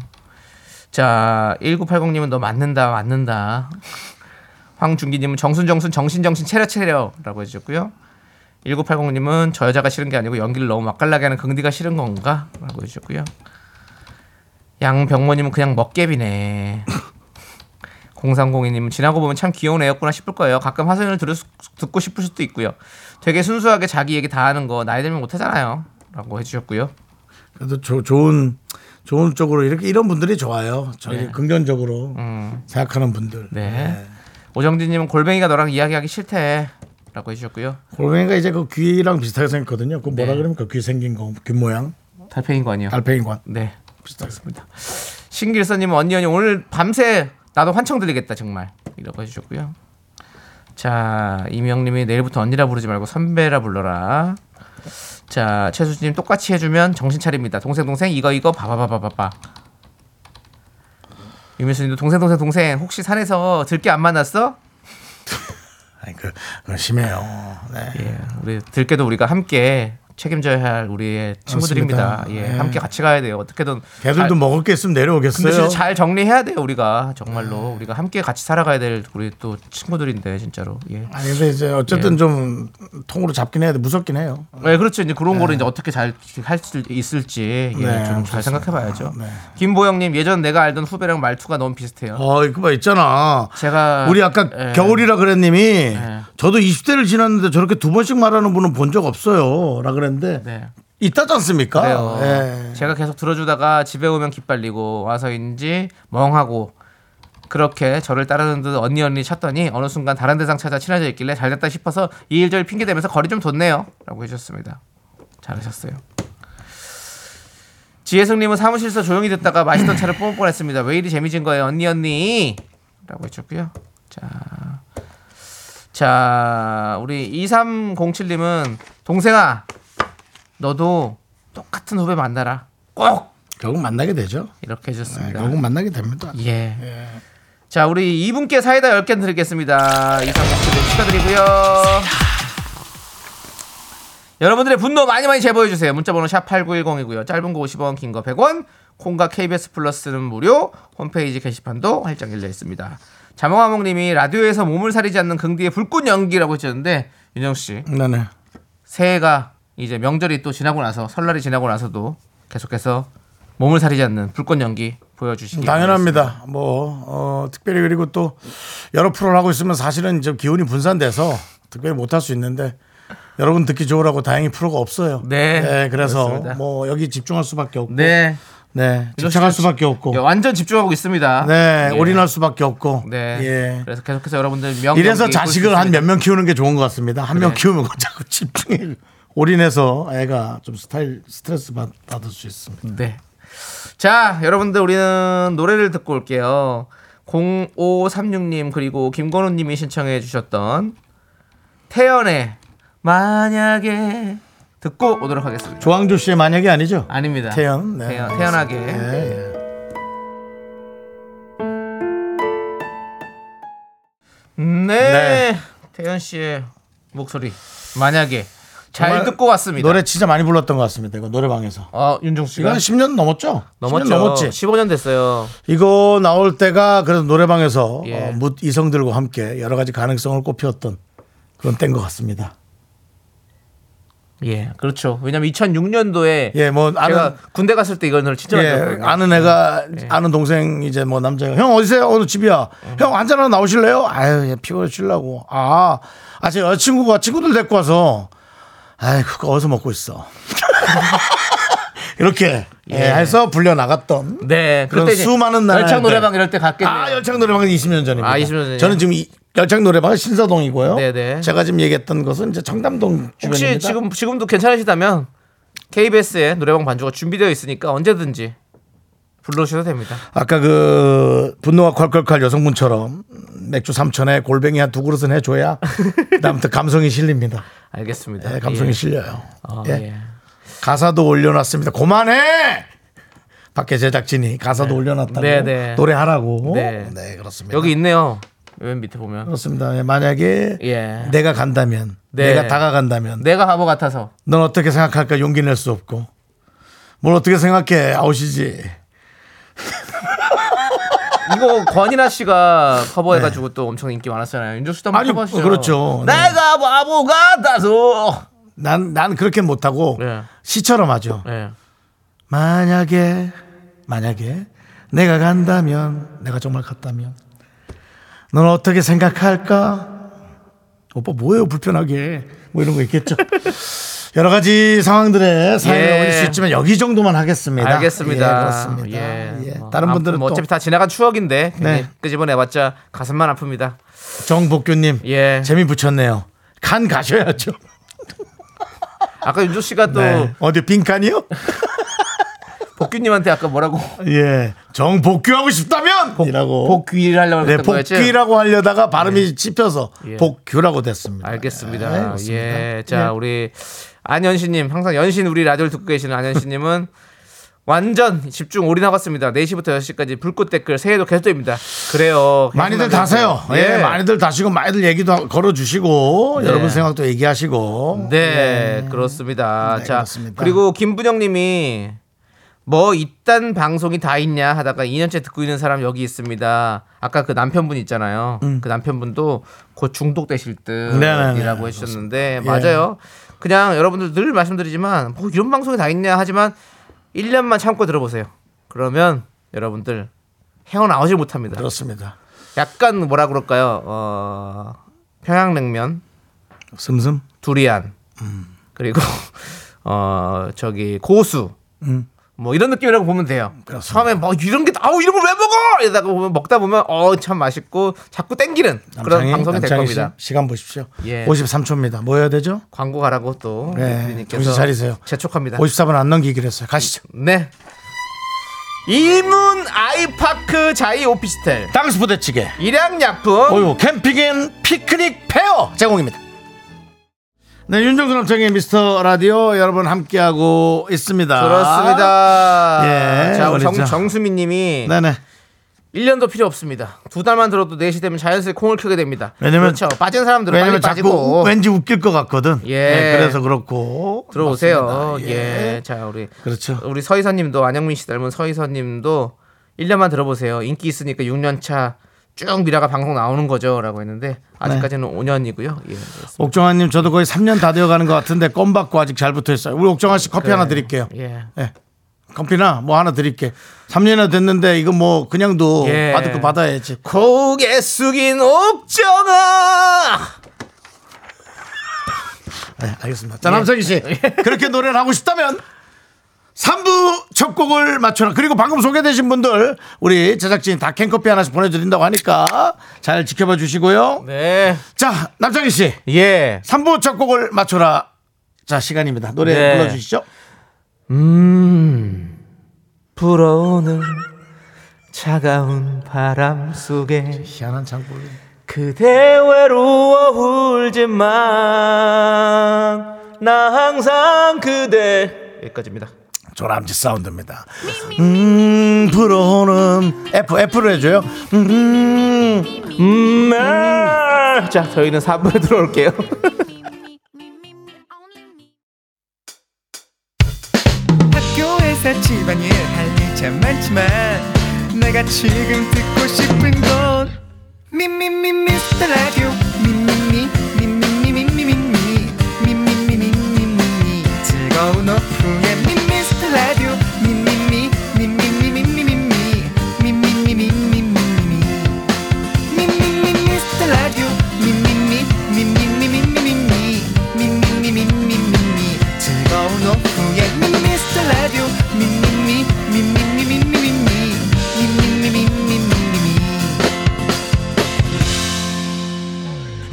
S2: 자, 1980님은 너 맞는다 맞는다. 황준기님은 정순정순 정신정신 체려체려라고 해주셨고요. 1980님은 저 여자가 싫은 게 아니고 연기를 너무 맛깔나게 하는 긍디가 싫은 건가? 라고 해주셨고요. 양병모님은 그냥 먹개비네. 0302님은 지나고 보면 참 귀여운 애였구나 싶을 거예요. 가끔 하소연을 들을 수- 듣고 싶을 수도 있고요. 되게 순수하게 자기 얘기 다 하는 거 나이 들면 못하잖아요. 라고 해주셨고요.
S1: 그래도 조- 좋은 좋은 쪽으로 이렇게 이런 분들이 좋아요. 저희
S2: 네.
S1: 긍정적으로
S2: 음,
S1: 생각하는 분들.
S2: 네. 오정진님은 골뱅이가 너랑 이야기하기 싫대. 라고 해주셨고요.
S1: 골뱅이가 이제 그 귀랑 비슷하게 생겼거든요. 그 뭐라
S2: 네.
S1: 그럽니까? 귀 생긴 거, 귀 모양,
S2: 달팽인 거 아니에요?
S1: 달팽이관
S2: 네.
S1: 비슷하게 생겼
S2: 신길서님 언니 언니 오늘 밤새 나도 환청 들리겠다 정말 이라고 해주셨고요. 자 이명님이 내일부터 언니라 부르지 말고 선배라 불러라. 자 최수진님 똑같이 해주면 정신 차립니다. 동생 동생 이거 이거 바바바바바바. 유민수님도 동생 동생 동생 혹시 산에서 들깨 안 만났어?
S1: 아니 그, 그건 심해요. 네.
S2: 예, 우리 들깨도 우리가 함께 책임져야 할 우리의 친구들입니다.
S1: 맞습니다.
S2: 예,
S1: 예.
S2: 함께 같이 가야 돼요. 어떻게든 잘-
S1: 걔들도 먹을 게 있으면
S2: 근데 진짜
S1: 내려오겠어요.
S2: 잘 정리해야 돼요 우리가 정말로 우리가 함께 같이 살아가야 될 우리 또 친구들인데 진짜로 예.
S1: 아니 근데 이제 어쨌든 좀 통으로 잡긴 해야 돼. 무섭긴 해요.
S2: 네, 그렇죠 이제 그런 거를 이제 어떻게 잘 할 수 있을지 예,
S1: 네,
S2: 좀
S1: 좋습니다.
S2: 잘 생각해봐야죠
S1: 네.
S2: 김보영님 예전 내가 알던 후배랑 말투가 너무 비슷해요
S1: 어, 이거 봐 있잖아.
S2: 제가
S1: 우리 아까
S2: 예.
S1: 겨울이라 그랬님이 저도 20대를 지났는데 저렇게 두 번씩 말하는 분은 본 적 없어요. 라 그랬는데
S2: 네.
S1: 있다지 않습니까?
S2: 그래요.
S1: 예.
S2: 아, 제가 계속 들어주다가 집에 오면 기빨리고 와서인지 멍하고 그렇게 저를 따르는 듯 언니 언니 찾더니 어느 순간 다른 대상 찾아 친해져 있길래 잘됐다 싶어서 이일저일 핑계대면서 거리 좀 뒀네요 라고 해주셨습니다 잘하셨어요. 지혜승님은 사무실에서 조용히 듣다가 맛있던 차를 뿜을 뻔했습니다. 왜 이리 재미진 거예요, 언니 언니? 라고 해줬고요. 자, 자 우리 2307님은 동생아, 너도 똑같은 후배 만나라. 꼭
S1: 결국 만나게 되죠. 네,
S2: 이렇게 해줬습니다.
S1: 결국 만나게 됩니다.
S2: 예. 자, 우리 이분께 사이다 10개 드리겠습니다. 이상국씨를 축하드리고요. 여러분들의 분노 많이 많이 제보해 주세요. 문자 번호 샵 8910이고요. 짧은 거 50원, 긴 거 100원. 콩과 KBS 플러스는 무료. 홈페이지 게시판도 활짝 열려 있습니다. 자몽아몽 님이 라디오에서 몸을 사리지 않는 긍디의 불꽃 연기라고 해주셨는데 윤정 씨,
S1: 네네.
S2: 새해가 이제 명절이 또 지나고 나서 설날이 지나고 나서도 계속해서 몸을 사리지 않는 불꽃 연기 보여주시기
S1: 당연합니다. 뭐 어, 특별히 그리고 또 여러 프로를 하고 있으면 사실은 좀 기운이 분산돼서 특별히 못 할 수 있는데 여러분 듣기 좋으라고 다행히 프로가 없어요.
S2: 네,
S1: 그래서
S2: 그렇습니다.
S1: 뭐 여기 집중할 수밖에 없고, 네,
S2: 네.
S1: 집착할 수밖에 없고,
S2: 예, 완전 집중하고 있습니다.
S1: 네,
S2: 예.
S1: 올인할 수밖에 없고,
S2: 네.
S1: 예.
S2: 그래서 계속해서 여러분들 명
S1: 이래서 자식을 한 몇 명 키우는 게 좋은 것 같습니다. 한 명 키우면 그 자꾸 집중해 올인해서 애가 좀 스타일 스트레스 받, 받을 수 있습니다.
S2: 네. 자, 여러분들 우리는 노래를 듣고 올게요. 0536님 그리고 김건우 님이 신청해 주셨던 태연의 만약에 듣고 오도록 하겠습니다.
S1: 조항조 씨의 만약에 아니죠?
S2: 아닙니다.
S1: 태연, 네.
S2: 태연, 태연하게.
S1: 예, 예.
S2: 네.
S1: 네.
S2: 태연 씨의 목소리 만약에 잘
S1: 정말
S2: 듣고 왔습니다.
S1: 예. 노래 진짜 많이 불렀던 것 같습니다. 이거 노래방에서.
S2: 어, 윤종 씨가
S1: 이건 10년 넘었죠? 10년
S2: 넘었죠.
S1: 넘었지.
S2: 15년 됐어요.
S1: 이거 나올 때가 그래서 노래방에서
S2: 예.
S1: 어, 묻 이성들과 함께 여러 가지 가능성을 꼽혔던 그런 때인 것 같습니다.
S2: 예, 그렇죠. 왜냐면 2006년도에
S1: 예, 뭐 아는
S2: 제가 군대 갔을 때 이걸 진짜 많이
S1: 예,
S2: 들었거든요.
S1: 아는 애가 아는 동생 이제 뭐 남자가 형 어디세요? 오늘 집이야. 형 한잔 하러 나오실래요? 아유 예, 피곤해 죽려고. 아, 아 제 여자친구가 친구들 데리고 와서 아이 그거 어디서 먹고 있어. 이렇게 예, 해서 불려 나갔던
S2: 네,
S1: 그런
S2: 그때 이제
S1: 수많은 나라의
S2: 열창 노래방
S1: 때.
S2: 이럴 때 갔겠네요.
S1: 아 열창 노래방은 20년 전입니다.
S2: 아, 20년 전이요?
S1: 저는 지금 이- 열창 노래방은 신사동이고요.
S2: 네네.
S1: 제가 지금 얘기했던 것은 이제 청담동 주변입니다.
S2: 혹시 지금 지금도 괜찮으시다면 KBS의 노래방 반주가 준비되어 있으니까 언제든지 불러주셔도 됩니다.
S1: 아까 그 분노가 콸콸콸 여성분처럼 맥주 3천에 골뱅이 한 두 그릇은 해줘야 그다음부터 감성이 실립니다.
S2: 알겠습니다.
S1: 네, 감성이
S2: 예.
S1: 실려요.
S2: 어,
S1: 예.
S2: 예.
S1: 가사도 올려놨습니다. 그만해! 밖에 제작진이 가사도 올려놨다고
S2: 네, 네.
S1: 노래하라고.
S2: 네.
S1: 네, 그렇습니다.
S2: 여기 있네요. 맨 밑에 보면
S1: 그렇습니다. 예, 만약에
S2: 예.
S1: 내가 간다면,
S2: 네.
S1: 내가 다가간다면,
S2: 내가 바보 같아서
S1: 넌 어떻게 생각할까 용기 낼 수 없고 뭘 어떻게 생각해 아웃이지.
S2: 이거 권이나 씨가 커버해가지고 또 엄청 인기 많았잖아요. 윤종수도
S1: 네.
S2: 한번
S1: 아니,
S2: 커버하시죠.
S1: 그렇죠. 네.
S2: 내가 바보 같아서.
S1: 난, 난 그렇게 못하고
S2: 네.
S1: 시처럼 하죠.
S2: 네.
S1: 만약에 만약에 내가 간다면 내가 정말 갔다면 넌 어떻게 생각할까? 오빠 뭐예요 불편하게 뭐 이런 거 있겠죠. 여러 가지 상황들에 사연을
S2: 예.
S1: 올릴 수 있지만 여기 정도만 하겠습니다.
S2: 알겠습니다.
S1: 예, 그렇습니다. 예,
S2: 뭐,
S1: 다른
S2: 아무튼
S1: 분들은
S2: 뭐
S1: 또
S2: 어차피 다 지나간 추억인데
S1: 네.
S2: 괜히 끄집어내봤자 가슴만 아픕니다.
S1: 정복규님
S2: 예.
S1: 재미 붙였네요. 간 가셔야죠.
S2: 아까 윤조 씨가 또
S1: 네. 어디 빈칸이요?
S2: 복귀님한테 아까 뭐라고
S1: 예. 정복귀하고 싶다면! 이라고.
S2: 복귀를 하려고
S1: 네,
S2: 했던 거였죠?
S1: 복귀라고 하려다가 발음이 씹혀서
S2: 예.
S1: 복규라고 됐습니다. 네,
S2: 알겠습니다.
S1: 그렇습니다.
S2: 예, 자 우리 안현신님 항상 연신 우리 라디오를 듣고 계시는 안현신님은 완전 집중 올인하고 왔습니다. 4시부터 6시까지 불꽃 댓글 새해도 계속됩니다. 그래요. 계속
S1: 많이들
S2: 남겨주세요.
S1: 다세요. 예. 많이들 다시고 많이들 얘기도 하- 걸어주시고
S2: 네.
S1: 여러분 생각도 얘기하시고. 예,
S2: 네, 그렇습니다.
S1: 네,
S2: 자,
S1: 그렇습니다.
S2: 그리고 김분영님이 뭐 이딴 방송이 다 있냐 하다가 2년째 듣고 있는 사람 여기 있습니다. 아까 그 남편분 있잖아요. 그 남편분도 곧 중독되실
S1: 음. 네네네. 예.
S2: 듯이라고 해주셨는데 맞아요. 그냥 여러분들 늘 말씀드리지만 뭐 이런 방송이 다 있냐 하지만 1년만 참고 들어보세요. 그러면 여러분들 헤어나오지 못합니다.
S1: 그렇습니다.
S2: 약간 뭐라 그럴까요? 어, 평양냉면
S1: 슴슴. 음. 음.
S2: 두리안 그리고 어 저기 고수 뭐 이런 느낌이라고 보면 돼요. 처음에 뭐 이런 게 아우 이런 걸 왜 먹어? 이러다가 보면 먹다 보면 어 참 맛있고 자꾸 땡기는 그런
S1: 남창희,
S2: 방송이 될
S1: 남창희 씨,
S2: 겁니다.
S1: 시간 보십시오.
S2: 예.
S1: 53초입니다. 뭐 해야 되죠?
S2: 광고 가라고 또
S1: 네,
S2: 대표님께서
S1: 정신 차리세요.
S2: 재촉합니다.
S1: 54분 안 넘기기로 했어요. 가시죠.
S2: 네. 이문 아이파크 자이 오피스텔
S1: 땅스 부대찌개.
S2: 일양약품
S1: 오유 캠핑앤 피크닉 페어 제공입니다. 네, 윤정수 남창의 미스터 라디오 여러분 함께하고 있습니다.
S2: 그렇습니다.
S1: 예,
S2: 자, 우리 정,
S1: 그렇죠.
S2: 정수민 님이
S1: 네네.
S2: 1년도 필요 없습니다. 두 달만 들어도 4시 되면 자연스레 콩을 켜게 됩니다.
S1: 왜냐면-
S2: 그렇죠. 빠진 사람들은
S1: 왜냐면
S2: 빨리
S1: 자꾸
S2: 빠지고
S1: 왠지 웃길 것 같거든.
S2: 예.
S1: 네, 그래서 그렇고
S2: 들어오세요.
S1: 맞습니다.
S2: 예. 자, 우리
S1: 그렇죠.
S2: 우리 서희선 님도 안영민 씨 닮은 서희선 님도 1년만 들어보세요. 인기 있으니까 6년 차 쭉 미라가 방송 나오는 거죠라고 했는데 아직까지는
S1: 네.
S2: 5년이고요. 예. 그렇습니다.
S1: 옥정아님 저도 거의 3년 다 되어가는 것 같은데 껌 받고 아직 잘 붙어 있어요. 우리 옥정아 씨 커피 하나 드릴게요. 예.
S2: 예.
S1: 커피나 뭐 하나 드릴게. 3년이나 됐는데 이거 뭐 그냥도
S2: 예.
S1: 받을 거 받아야지.
S2: 고개 숙인 옥정아
S1: 네, 알겠습니다. 자, 남성희 씨. 그렇게 노래를 하고 싶다면 3부 첫 곡을 맞춰라. 그리고 방금 소개되신 분들 우리 제작진 다 캔커피 하나씩 보내드린다고 하니까 잘 지켜봐 주시고요.
S2: 네.
S1: 자, 남성희 씨.
S2: 예.
S1: 3부 첫 곡을 맞춰라. 자, 시간입니다. 노래
S2: 네.
S1: 불러주시죠.
S2: 음. 불어오는 차가운 바람 속에
S1: 희한한 창고.
S2: 그대 외로워 울지만 나 항상 그대 여기까지입니다.
S1: 조람지 사운드입니다. 음, 불어오는 F, F로 해줘요. 음,
S2: 음, 아. 자 저희는 4부에 들어올게요.
S9: 학교에서 집안일 할 일 참 많지만 내가 지금 듣고 싶은 건 미미미 미스터 라디오 미미미 미미미 미미미 미미미 미미미 즐거운 오후에 미스터 라디오 미미미 미미미 미미미 미미미 미미미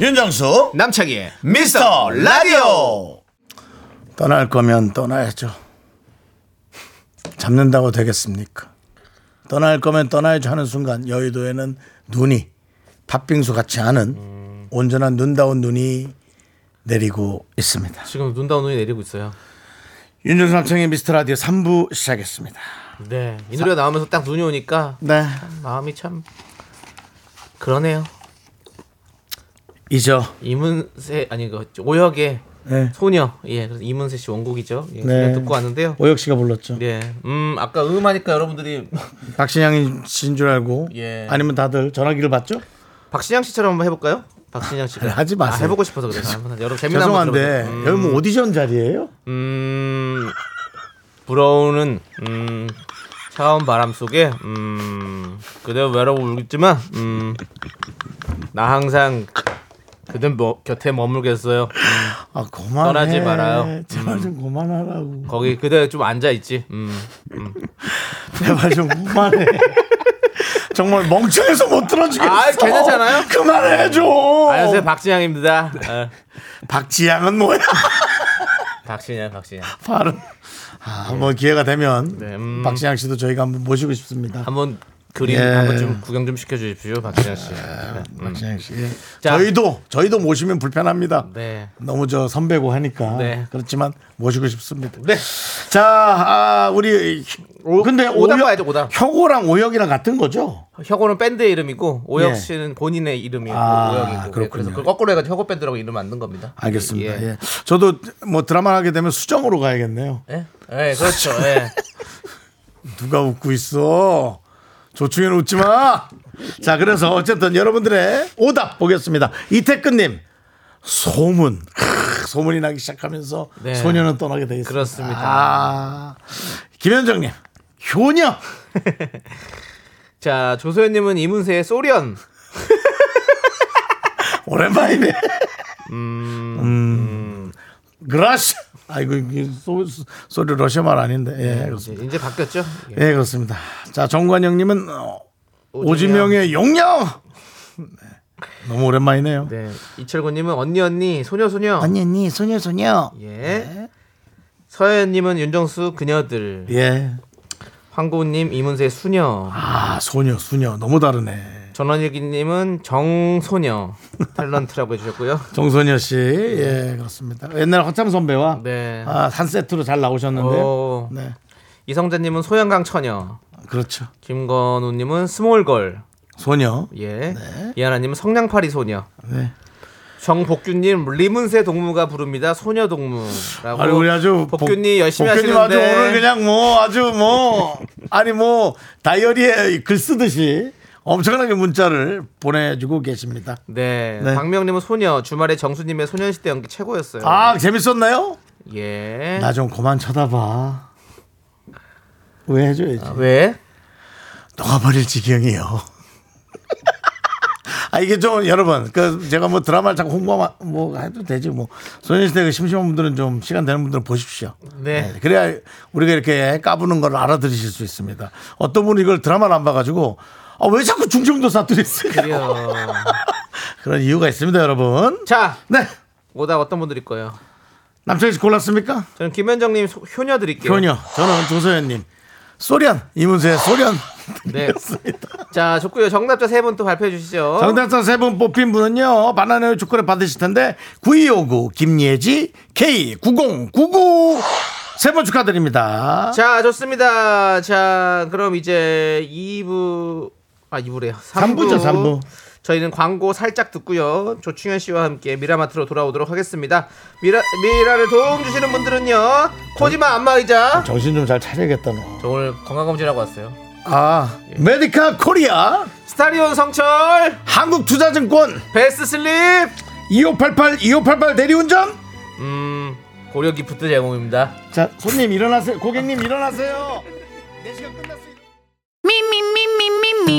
S1: 윤정수,
S2: 남창희의
S1: 미스터 라디오. 떠날 거면 떠나야죠. 잡는다고 되겠습니까? 떠날 거면 떠나야죠 하는 순간 여의도에는 눈이 팥빙수 같지 않은 온전한 눈다운 눈이 내리고 있습니다.
S2: 지금 눈 다운 눈이 내리고 있어요.
S1: 윤정수 남창의 미스터 라디오 3부 시작했습니다.
S2: 네. 이 노래가 나오면서 딱 눈이 오니까
S1: 네.
S2: 마음이 참 그러네요.
S1: 이죠.
S2: 이문세 아니 그 오혁의
S1: 네.
S2: 소녀 예 그래서 이문세 씨 원곡이죠 예,
S1: 네.
S2: 그냥 듣고 왔는데요
S1: 오혁 씨가 불렀죠.
S2: 예 음 아까 음 하니까 여러분들이
S1: 박신양이 씨인 줄 알고
S2: 예.
S1: 아니면 다들 전화기를 받죠?
S2: 박신양 씨처럼 한번 해볼까요 박신양 씨가
S1: 아니, 네, 하지 마세요.
S2: 아, 해보고 싶어서 그래요 한번 여러분 재미난 음. 한번
S1: 죄송한데
S2: 들어보세요.
S1: 여기 뭐 오디션 자리예요?
S2: 음 부러우는 음 차가운 바람 속에 음 그대 외로워 울겠지만 음나 항상 그대 뭐, 곁에 머물겠어요 음,
S1: 아 그만해.
S2: 떠나지 말아요. 음.
S1: 제발 좀 그만하라고.
S2: 거기 그대 좀 앉아 있지 음
S1: 제발 좀 그만해. 정말 멍청해서 못 들어주겠어.
S2: 아, 괜찮잖아요?
S1: 그만해 줘.
S2: 아, 안녕하세요 박진양입니다. 어,
S1: 박지양은 뭐야?
S2: 박진양, 박진양.
S1: 발음. 아뭐 기회가 되면
S2: 네, 음.
S1: 박지양 씨도 저희가 한번 모시고 싶습니다.
S2: 한번 그림
S1: 예.
S2: 한번 좀 구경 좀 시켜주십시오, 박진양 씨. 네. 음.
S1: 박지양 씨. 예.
S2: 자.
S1: 저희도 저희도 모시면 불편합니다.
S2: 네.
S1: 너무 저 선배고 하니까
S2: 네.
S1: 그렇지만 모시고 싶습니다.
S2: 네.
S1: 자, 아, 우리 근데
S2: 오답
S1: 오혁-
S2: 봐야죠, 오답.
S1: 혁오랑 오혁이랑 같은 거죠?
S2: 혁오는 밴드의 이름이고
S1: 예.
S2: 오혁 씨는 본인의 이름이고
S1: 아,
S2: 오혁이고
S1: 그렇군요.
S2: 그래서 그걸 거꾸로 해가지고 혁오 밴드라고 이름 만든 겁니다.
S1: 알겠습니다.
S2: 예.
S1: 예. 저도 뭐 드라마 하게 되면 수정으로 가야겠네요.
S2: 예? 예, 그렇죠. 예.
S1: 누가 웃고 있어? 조충현 웃지 마. 자, 그래서 어쨌든 여러분들의 오답 보겠습니다. 이태근님 소문 크, 소문이 나기 시작하면서
S2: 네.
S1: 소녀는 떠나게 되겠습니다.
S2: 그렇습니다.
S1: 아, 김현정님 효녀
S2: 자 조소연님은 이문세의 소련.
S1: 오랜만이네. 음. 그라시. 아이고 이게 소, 소리 러시아 말 아닌데 예
S2: 이제,
S1: 그렇습니다.
S2: 이제 바뀌었죠? 예.
S1: 예 그렇습니다. 자 정관영님은 어,
S2: 오지명.
S1: 오지명의 용령 네, 너무 오랜만이네요.
S2: 네. 이철구님은 언니 언니 소녀 소녀.
S1: 언니 언니 소녀 소녀
S2: 예. 서혜연님은 윤정수 그녀들.
S1: 예.
S2: 황고우님 이문세 수녀.
S1: 아 소녀 소녀 너무 다르네.
S2: 전원일기님은 정소녀 탤런트라고 해주셨고요.
S1: 정소녀 씨, 예 그렇습니다. 옛날 허참 선배와
S2: 네.
S1: 아, 한 세트로 잘 나오셨는데,
S2: 어,
S1: 아, 네
S2: 이성재님은 소양강 처녀.
S1: 그렇죠.
S2: 김건우님은 스몰걸.
S1: 소녀,
S2: 예. 이하나님은 성냥팔이 소녀.
S1: 네.
S2: 정복균님 리문세 동무가 부릅니다. 소녀 동무라고.
S1: 아니 우리 아주
S2: 복균이 열심히
S1: 복균님
S2: 하시는데.
S1: 아주 오늘 그냥 뭐 아주 뭐 아니 뭐 다이어리에 글 쓰듯이 엄청나게 문자를 보내주고 계십니다.
S2: 네.
S1: 네.
S2: 박명님은 소녀. 주말에 정수님의 소년시대 연기 최고였어요.
S1: 아 재밌었나요?
S2: 예.
S1: 나 좀 그만 쳐다봐. 왜 해줘야지?
S2: 왜?
S1: 녹아버릴 지경이요. 아 이게 좀 여러분 그 제가 뭐 드라마를 자꾸 홍보 뭐 해도 되지 뭐 소녀시대 그 심심한 분들은 좀 시간 되는 분들은 보십시오.
S2: 네.
S1: 그래야 우리가 이렇게 까부는 걸 알아들으실 수 있습니다. 어떤 분은 이걸 드라마를 안 봐가지고 아, 왜 자꾸 중증도 사투리 쓰냐
S2: 드디어.
S1: 그런 이유가 있습니다, 여러분.
S2: 자,
S1: 네
S2: 오답 어떤 분들 있 거예요?
S1: 남철 씨 골랐습니까?
S2: 저는 김현정님 소- 효녀 드릴게요.
S1: 효녀 저는 조소연님 소련 이문세 소련
S2: 네. 자, 좋고요. 정답자 세 분 또 발표해 주시죠.
S1: 정답자 세 분 뽑힌 분은요 바나나의 초콜릿 받으실 텐데 9259 김예지 K9099 세 분 축하드립니다
S2: 자, 좋습니다. 자, 그럼 이제 2부 아, 2부래요.
S1: 삼부죠, 삼부.
S2: 저희는 광고 살짝 듣고요. 조충현 씨와 함께 미라마트로 돌아오도록 하겠습니다. 미라 미라를 도움 주시는 분들은요. 코지마 안마의자.
S1: 정신 좀 잘 차려야겠다 너.
S2: 저 오늘 건강검진하고 왔어요. 예.
S1: 아 메디카 코리아
S2: 스타리온 성철
S1: 한국투자증권
S2: 베스트 슬립
S1: 2588 2588 대리운전
S2: 음 고려 기프트 제공입니다.
S1: 자 손님 일어나세요 고객님 일어나세요 4시간 끝났어요
S8: Me, me, me, me, me,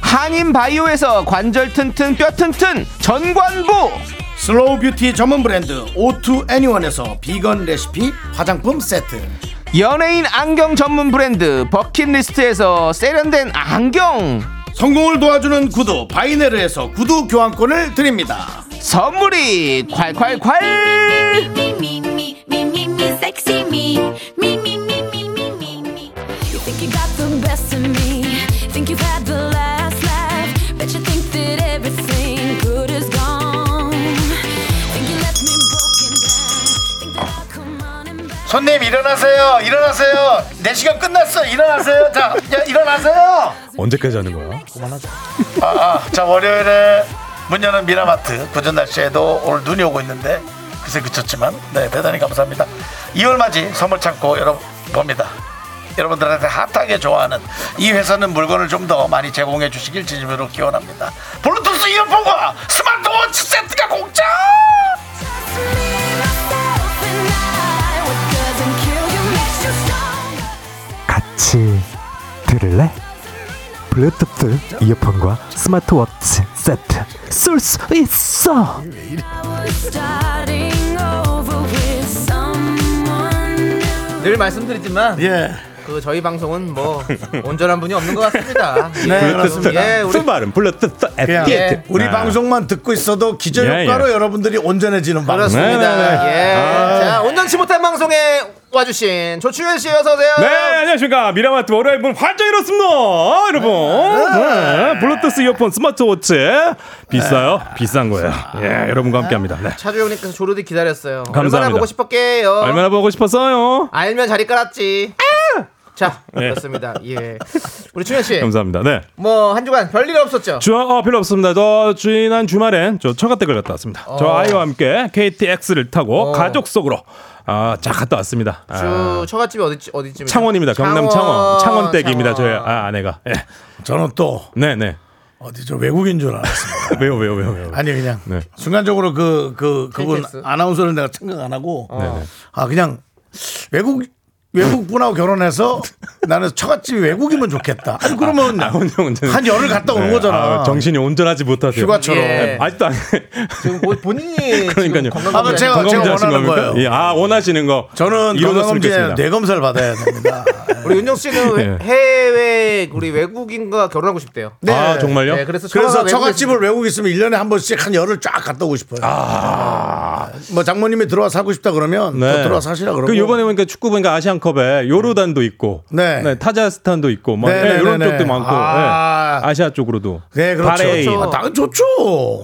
S2: 한인 바이오에서 관절 튼튼 뼈 튼튼 전관부,
S1: 슬로우 뷰티 전문 브랜드 오투 애니원에서 비건 레시피 화장품 세트
S2: 연예인 안경 전문 브랜드 버킷리스트에서 세련된 안경,
S1: 성공을 도와주는 구두 바이네르에서 구두 교환권을 드립니다
S2: 선물이 콸콸콸!
S8: Me, me, me, me, me, me, sexy me. Me, me, me, me, me, me, me. You think you got the best of me. Think you've had the last laugh. Bet you think that everything good is gone. Think you left me broken down. Think that I'll come running back.
S1: 손님 일어나세요 일어나세요 4시간 끝났어 일어나세요 자 야, 일어나세요
S10: 언제까지 하는 거야?
S1: 아, 자 월요일에 문 여는 미라마트 구전 날씨에도 오늘 눈이 오고 있는데 그새 그쳤지만 네 대단히 감사합니다 2월 맞이 선물 창고 여러분 봅니다 여러분들한테 핫하게 좋아하는 이 회사는 물건을 좀 더 많이 제공해 주시길 진심으로 기원합니다 블루투스 이어폰과 스마트워치 세트가 공짜
S8: Just me, myself, and I. What doesn't kill you makes you stronger.
S10: 같이 들을래? 블루투스 이어폰과 스마트워치 세트 쏠 수 있어.
S8: We're starting over with someone new.
S2: 늘 말씀드리지만
S1: 예
S2: 그 저희 방송은 뭐 온전한 분이 없는 것 같습니다. 네,
S10: 블루투스
S2: 예, 우리
S10: 출발은 블루투스
S1: 그냥 네.
S2: 예.
S10: 앱
S1: 우리 방송만 듣고 있어도 기저효과로
S10: 예, 예.
S1: 여러분들이 온전해지는 방송
S10: 네,
S2: 그렇습니다.
S10: 네, 네.
S2: 예.
S10: 아.
S2: 자, 온전치 못한 방송에 와주신 조충현 씨 어서 오세요.
S10: 네, 안녕하십니까. 미라마트 월요일 문 활짝 열었습니다. 여러분. 네, 블루투스 이어폰 스마트워치. 비싸요? 비싼 거예요. 예, 여러분과 함께 합니다. 네.
S2: 차주영님께서 조르디 기다렸어요. 얼마나
S10: 감사합니다.
S2: 보고 싶었게요.
S10: 얼마나 보고 싶었어요?
S2: 알면 자리 깔았지. 자,
S10: 네.
S2: 그렇습니다. 예. 우리 충현 씨.
S10: 감사합니다. 네.
S2: 뭐 한 주간 별일 없었죠?
S10: 주, 어, 필요 없습니다. 저 지난 주말엔 저 처가댁을 갔다 왔습니다. 저
S2: 어.
S10: 아이와 함께 KTX를
S1: 어.
S10: 타고 가족 속으로 아, 자 갔다 왔습니다. 아,
S2: 주 처갓집이 어디 어디쯤?
S10: 창원입니다. 경남 창원. 창원 댁입니다. 저희 아, 아내가. 예.
S1: 저는 또
S10: 네네.
S1: 어디 저 외국인 줄 알았습니다.
S10: 왜요 왜요 왜요 왜요.
S1: 아니 그냥
S10: 네.
S1: 순간적으로 그 그 그, 분
S10: KTX?
S1: 아나운서를 내가 생각 안 하고
S10: 어. 네네.
S1: 아 그냥 외국 외국 분하고 결혼해서 나는 처갓집이 외국이면 좋겠다. 아니 그러면
S10: 아, 혼자 운전.
S1: 한 열흘 갔다 온 거잖아.
S10: 아, 정신이 온전하지 못하세요. 네,
S1: 휴가처럼. 예.
S10: 아직도 안.
S2: 지금 본인이
S10: 그러니까요.
S1: 건강 아, 검진 제가- 하신 제가
S10: 건강검진 하신
S1: 원하는
S10: 겁니까?
S1: 거예요.
S10: 예, 아 원하시는 거.
S1: 저는
S10: 이루어졌으면
S1: 건강검진에 네,
S10: 좋겠습니다.
S1: 뇌검사를 받아야 됩니다.
S2: 우리 윤정 씨는
S10: 네.
S2: 해외 우리 외국인과 결혼하고 싶대요.
S10: 아, 정말요?
S2: 네, 그래서
S1: 그래서
S2: 처갓집을
S1: 처갓집을 외국 있으면 1년에 한 번씩 한 열흘 쫙 갔다 오고 싶어요. 뭐 장모님이 들어와 사고 싶다 그러면 또 들어와 사시라 그러고.
S10: 그 요번에 보니까 축구 보니까 아시안컵에 요르단도 있고,
S1: 네.
S10: 타자스탄도 있고, 막
S1: 네,
S10: 예,
S1: 네,
S10: 이런
S1: 네,
S10: 쪽도
S1: 네.
S10: 많고,
S1: 아.
S10: 시아 쪽으로도.
S1: 네, 그렇죠.
S10: 바레인,
S1: 아, 당연 좋죠.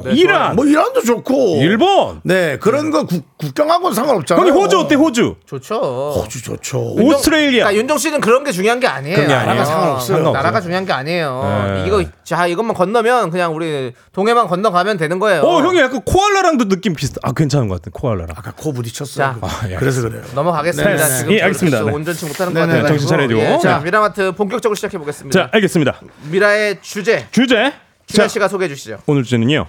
S10: 네, 이란. 좋아요.
S1: 뭐 이란도 좋고.
S10: 일본.
S1: 네, 그런 거 국, 국경하고는 상관없잖아요.
S10: 형님 호주 어때 호주?
S2: 좋죠.
S1: 호주 좋죠.
S2: 윤정-
S10: 오스트레일리아.
S2: 그러니까 윤정 씨는 그런 게 중요한 게 아니에요.
S10: 그런 게 아니에요.
S2: 나라가 상관없어요.
S10: 상관없어요.
S2: 나라가 중요한 게 아니에요.
S10: 네.
S2: 이거 자 이것만 건너면 그냥 우리 동해만 건너가면 되는 거예요.
S10: 어, 형이 약간 코알라랑도 느낌 비슷. 아, 괜찮은 것 같은 코알라랑.
S1: 아까 코 부딪혔어요.
S2: 자.
S1: 그래서 그래요.
S2: 넘어가겠습니다.
S10: 네네.
S2: 지금
S10: 예,
S2: 저희
S10: 알겠습니다.
S2: 그래서
S10: 네.
S2: 온전치 못하는 것
S10: 네네.
S2: 같아요.
S10: 네, 정신 차려야죠.
S2: 예, 자
S10: 네.
S2: 미라마트 본격적으로 시작해 보겠습니다.
S10: 자, 알겠습니다.
S2: 미라의 주제
S10: 주제.
S2: 준현 씨가 소개해 주시죠.
S10: 오늘 주제는요.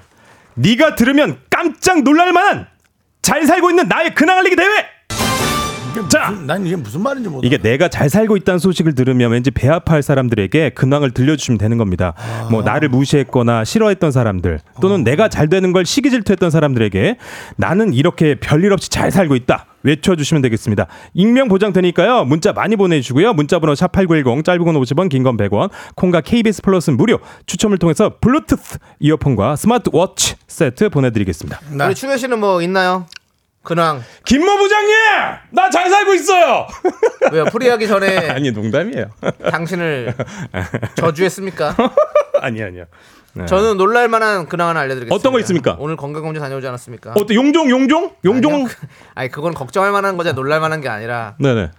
S10: 네가 들으면 깜짝 놀랄만한 잘 살고 있는 나의 근황 알리기 대회. 자,
S1: 난 이게 무슨 말인지 모르.
S10: 이게 내가 잘 살고 있다는 소식을 들으면 왠지 배 아파할 사람들에게 근황을 들려주시면 되는 겁니다. 뭐 나를 무시했거나 싫어했던 사람들 또는 내가 잘 되는 걸 시기 질투했던 사람들에게 나는 이렇게 별일 없이 잘 살고 있다. 외쳐주시면 되겠습니다. 익명 보장되니까요. 문자 많이 보내주고요. 문자번호 샵8910 짧은 건 50원 긴 건 100원 콩과 KBS 플러스는 무료 추첨을 통해서 블루투스 이어폰과 스마트워치 세트 보내드리겠습니다.
S2: 우리 충현 씨는 뭐 있나요? 근황
S10: 김모 부장님 나 잘 살고 있어요.
S2: 왜요? 프리하기 전에
S10: 아니 농담이에요.
S2: 당신을 저주했습니까?
S10: 아니 아니요. 네.
S2: 저는 놀랄만한 근황 하나 알려드리겠습니다.
S10: 어떤 거 있습니까?
S2: 오늘 건강검진 다녀오지 않았습니까?
S10: 어때 용종 용종 용종
S2: 아니 그건 걱정할 만한 거지 놀랄만한 게 아니라
S10: 네네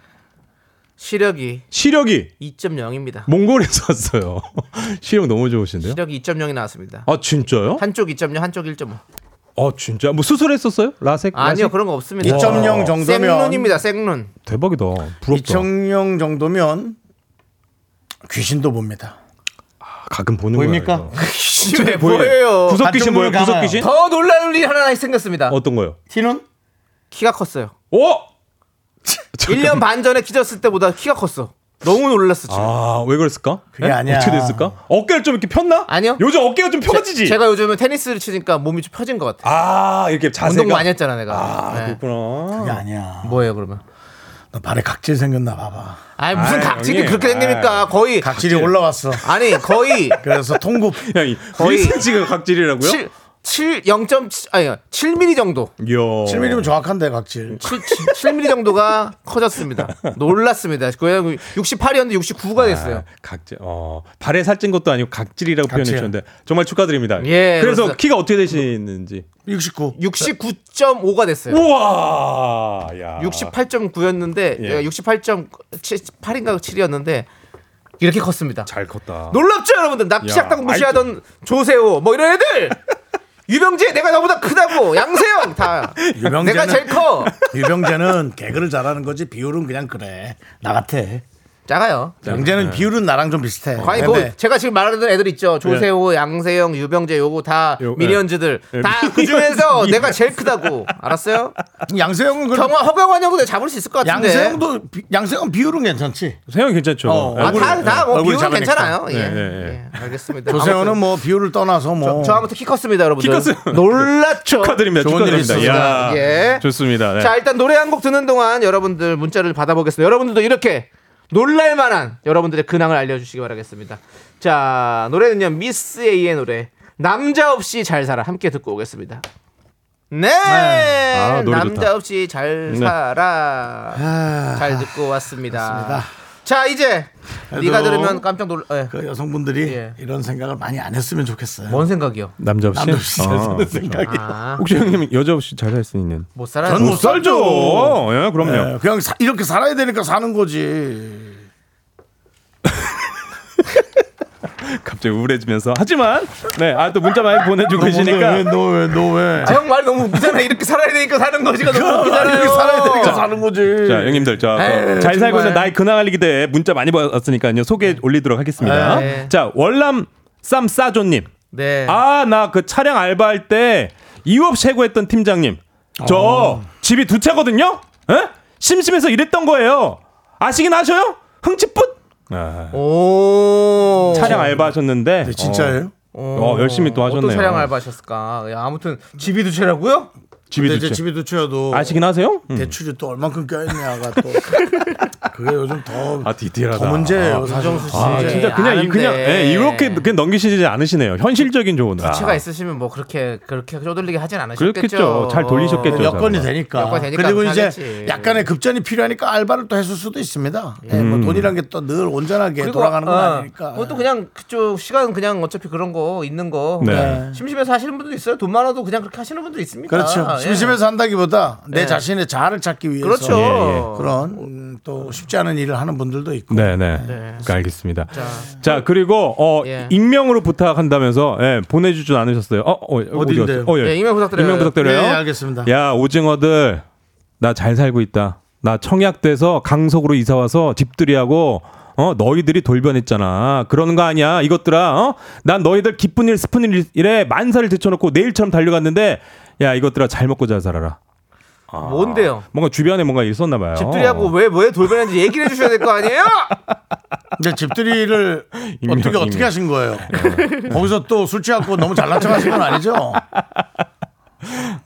S2: 시력이
S10: 시력이
S2: 2.0입니다.
S10: 몽골에서 왔어요 시력 너무 좋으신데요
S2: 시력이 2.0이 나왔습니다.
S10: 아 진짜요
S2: 한쪽 2.0, 한쪽 1.5.
S10: 아 진짜 뭐 수술했었어요 라섹
S2: 아니요
S10: 라섹?
S2: 그런 거 없습니다.
S1: 2.0
S10: 와.
S1: 정도면
S2: 생눈입니다. 생눈.
S10: 대박이다 부럽다
S1: 2.0 정도면 귀신도 봅니다.
S10: 가끔 보는 거예요
S2: 집에 뭐예요?
S10: 구석 귀신 뭐예요
S1: 반쪽눈을
S10: 구석
S1: 감아요.
S10: 귀신
S2: 더 놀랄 일이 하나 생겼습니다.
S10: 어떤 거요
S1: 티는
S2: 키가 컸어요.
S10: 오 그러니까
S2: 1년 반 전에 키졌을 때보다 키가 컸어. 너무 놀랐어 지금.
S10: 뭐- 아왜 그랬을까
S1: 그게
S10: 네?
S1: 아니야.
S10: 어떻게 됐을까 어깨를 좀 이렇게 폈나
S2: 아니요.
S10: 요즘 어깨가 좀 펴지지
S2: 제, 가 요즘에 테니스를 치니까 몸이 좀 펴진 것 같아.
S10: 아 이렇게 자세가
S2: 운동 많이 했잖아 내가.
S10: 아,
S2: 네.
S10: 그렇구나
S1: 그게 아니야.
S2: 뭐예요 그러면?
S1: 너 발에 각질 생겼나 봐봐.
S2: 아니 무슨
S10: 아이,
S2: 각질이
S10: 형님.
S2: 그렇게 생깁니까? 거의
S1: 각질이 어. 올라왔어.
S2: 아니 거의
S1: 그래서 통굽.
S10: 야이
S2: 거의
S10: 1cm가 각질이라고요
S2: 7 7 0.7 아니 7mm 정도.
S10: 요
S1: 7mm면 정확한데 각질.
S2: 7, 7mm 정도가 커졌습니다. 놀랐습니다. 거의 68이었는데 69가 됐어요.
S1: 아.
S10: 각질 어 발에 살찐 것도 아니고 각질이라고
S1: 각질.
S10: 표현해 주셨는데 정말 축하드립니다.
S2: 예,
S10: 그래서
S2: 그렇습니다.
S10: 키가 어떻게 되시는지.
S1: 69.
S2: 69.5가 됐어요.
S10: 우와.
S1: 아.
S10: 야.
S2: 68.9였는데
S10: 예.
S2: 내가 68.8인가 7이었는데 이렇게 컸습니다.
S10: 잘 컸다.
S2: 놀랍죠 여러분들 나 키
S10: 야,
S2: 작다고 무시하던 조세호 뭐 이런 애들 유병재 내가 나보다 크다고 양세형 다
S1: 유병재는-
S2: 내가 제일 커
S1: 유병재는 개그를 잘하는 거지 비율은 그냥 그래. 나 같아. 네.
S2: 작아요
S1: 병재는 비율은 나랑 좀 비슷해.
S2: 아니
S10: 네,
S1: 근데
S2: 그 제가 지금 말하는 애들 있죠 조세호 양세형 유병재 요거 다
S10: 요-
S2: 미니언즈들
S10: 예.
S2: 다
S10: 예,
S2: 그 중에서
S10: 미니언즈.
S2: 내가 제일 크다고 알았어요
S1: 양세형은 그
S2: 경화 허경환 형도 내가 잡을 수 있을 것 같은데
S1: 양세형도 비- 양세형 비율은 괜찮지.
S10: 세형 괜찮죠.
S1: 어,
S10: 얼굴-
S2: 아다다뭐
S1: 얼굴이
S2: 비율은
S1: 작으니까.
S2: 괜찮아요 예.
S10: 네, 네,
S2: 예, 알겠습니다
S1: 조세호는
S2: 아무튼
S1: 뭐 비율을 떠나서 뭐.
S2: 저 아무튼 키 컸습니다 여러분들
S10: 키 컸어요.
S2: 놀랐죠
S10: 축하드립니다.
S1: 좋은 일이
S10: 축하드립니다.
S1: 있었습니다.
S10: 야.
S2: 예.
S10: 좋습니다. 네.
S2: 자 일단 노래 한 곡 듣는 동안 여러분들 문자를 받아보겠습니다. 여러분들도 이렇게 놀랄만한 여러분들의 근황을 알려주시기 바라겠습니다. 자 노래는요 미스 A의 노래 남자 없이 잘 살아 함께 듣고 오겠습니다. 네
S10: 아, 노래
S2: 남자
S10: 좋다.
S2: 없이 잘
S10: 네.
S2: 살아 잘 듣고 왔습니다. 자 이제 네가 들으면 깜짝 놀라. 예.
S1: 그 여성분들이
S2: 예.
S1: 이런 생각을 많이 안 했으면 좋겠어요.
S2: 뭔 생각이요?
S10: 남자 없이.
S1: 남도 없이
S10: 아.
S1: 사는 생각이.
S2: 아,
S10: 혹시 형님 여자 없이 잘 살 수 있는.
S2: 못 살아.
S1: 저는 못
S10: 살죠. 예, 그럼요.
S1: 네, 그냥 사- 이렇게 살아야 되니까 사는 거지.
S10: 갑자기 우울해지면서 하지만 네, 아 또 문자 많이 보내주고 계시니까
S1: 너왜너왜너 왜?
S2: 아, 형 말이 너무 웃기잖아. 이렇게 살아야 되니까 사는 거지가 너무 웃기잖아요.
S1: 이렇게 살아야 되니까 사는 거지.
S10: 자, 형님들, 어, 자,
S2: 에이,
S10: 네. 잘 살고
S2: 정말.
S10: 있는 나의 근황 알리기 대회 문자 많이 받았으니까요. 소개
S1: 네.
S10: 올리도록
S1: 아,
S10: 하겠습니다.
S2: 에이.
S10: 자, 월남 쌈싸조님.
S2: 네.
S10: 아, 나 그 차량 알바할 때 이유 없이 해고했던 팀장님. 저
S1: 어.
S10: 집이 두 채거든요? 에? 심심해서 이랬던 거예요. 아시긴 아셔요? 흥칫풋! 아,
S2: 오.
S10: 차량 알바 하셨는데.
S1: 어. 네, 진짜예요?
S10: 어, 어, 열심히 또 하셨네요.
S2: 어떤 차량 알바하셨을까? 야, 아무튼 집이 두 채라고요?
S10: 집이
S1: 근데
S10: 두
S1: 이제
S10: 채.
S1: 집이 두채여도
S10: 아시긴 하세요? 음.
S1: 대출이 또 얼만큼 껴있냐가 또 그게 요즘 더
S10: 아, 디테일하다.
S1: 더 문제예요.
S10: 아,
S1: 사실.
S2: 윤정수 씨.
S10: 아,
S2: 네,
S10: 진짜 그냥 이-
S2: 아는데.
S10: 그냥 예, 이렇게 그냥 넘기시지 않으시네요. 현실적인 조언. 아.
S2: 부채가 있으시면 뭐 그렇게 그렇게 쪼들리게 하진 않으셨겠죠.
S10: 그렇겠죠. 잘 돌리셨겠죠.
S2: 어,
S1: 뭐 여건이
S10: 저는.
S1: 되니까.
S2: 여건이 되니까
S1: 그리고
S2: 그렇게
S1: 이제
S2: 하겠지. 예.
S1: 약간의 급전이 필요하니까 알바를 또 했을 수도 있습니다. 예,
S10: 음.
S1: 뭐 돈이란 게 또 늘 온전하게
S2: 그리고,
S1: 돌아가는 건
S2: 어,
S1: 아니니까.
S2: 그것도 그냥 그쪽 시간 그냥 어차피 그런 거 있는 거.
S10: 네.
S2: 심심해서 하시는 분도 있어요. 돈 많아도 그냥 그렇게 하시는 분도 있습니다.
S1: 그렇죠.
S2: 예.
S1: 심심해서 한다기보다 내
S2: 예.
S1: 자신의 자아를 찾기 위해서
S2: 그렇죠.
S10: 예,
S1: 그런 음, 또 쉽지 않은 일을 하는 분들도 있고.
S10: 네네. 알겠습니다.
S2: 자.
S10: 자, 그리고 어
S2: 예.
S10: 익명으로 부탁한다면서 예, 보내주지 않으셨어요. 어, 어
S1: 어딘데요?
S10: 어디 갔죠? 어,
S2: 예, 익명 부탁드려요.
S10: 익명 부탁드려요.
S1: 네, 알겠습니다.
S10: 야 오징어들 나 잘 살고 있다. 나 청약돼서 강석으로 이사 와서 집들이하고 어 너희들이 돌변했잖아. 그런 거 아니야. 이것들아. 어? 난 너희들 기쁜 일 슬픈 일- 일에 만사를 제쳐놓고 내일처럼 달려갔는데 야 이것들아 잘 먹고 잘 살아라.
S2: 뭔데요?
S10: 뭔가 주변에 뭔가 있었나 봐요.
S2: 집들이하고 왜 뭐에 돌변했는지 얘기를 해주셔야 될 거 아니에요?
S1: 이제 집들이를
S10: 익명,
S1: 어떻게 어떻게
S10: 익명.
S1: 하신 거예요? 거기서 또 술 취하고 너무 잘난 척하신 건 아니죠?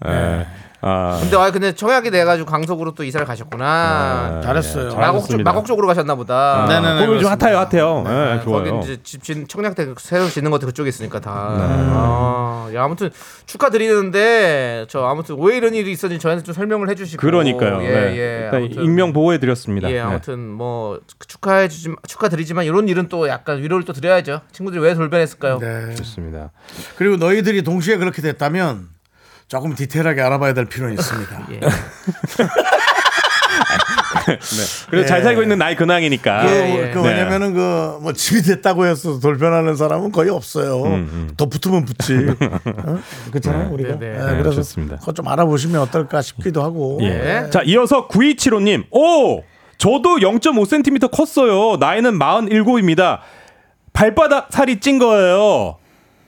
S10: 예.
S2: 네,
S10: 아,
S2: 근데 아 근데 청약이 돼가지고 강석으로 또 이사를 가셨구나.
S1: 네. 잘했어요.
S10: 아, 잘-
S2: 마곡 쪽
S10: 알겠습니다.
S2: 마곡 쪽으로 가셨나 보다.
S1: 네,
S2: 네,
S1: 네, 네,
S10: 거기 좀
S1: 그렇습니다.
S10: 핫해요, 핫해요. 예,
S2: 거기
S10: 좋아요. 네.
S2: 이제 집 진, 청량대 새로 짓는 것도 그쪽에 있으니까 다. 아, 야, 아무튼 축하드리는데 저 아무튼 왜 이런 일이 있었는지 저한테 좀 설명을 해주시고.
S10: 그러니까요.
S2: 예,
S10: 네.
S2: 예.
S10: 일단
S2: 아무튼.
S10: 익명 보호해 드렸습니다. 네,
S2: 예, 아무튼 뭐 축하해 주지 축하드리지만 이런 일은 또 약간 위로를 또 드려야죠. 친구들이 왜 돌변했을까요?
S10: 예.
S1: 네.
S10: 좋습니다.
S1: 그리고 너희들이 동시에 그렇게 됐다면 조금 디테일하게 알아봐야 될 필요는 있습니다.
S10: 그래서
S2: 예.
S10: 잘 살고 있는 나의 근황이니까.
S1: 그, 그
S10: 네.
S1: 왜냐면은 그 뭐 집이 됐다고 해서 돌변하는 사람은 거의 없어요.
S10: 음,
S1: 더 붙으면 붙지. 어? 그렇잖아요 우리가.
S2: 네, 네.
S1: 예, 그래서
S10: 좋습니다.
S1: 그거 좀 알아보시면 어떨까 싶기도 하고.
S10: 예. 자, 이어서 9275님. 오! 저도 0.5cm 컸어요. 나이는 47입니다. 발바닥 살이 찐 거예요.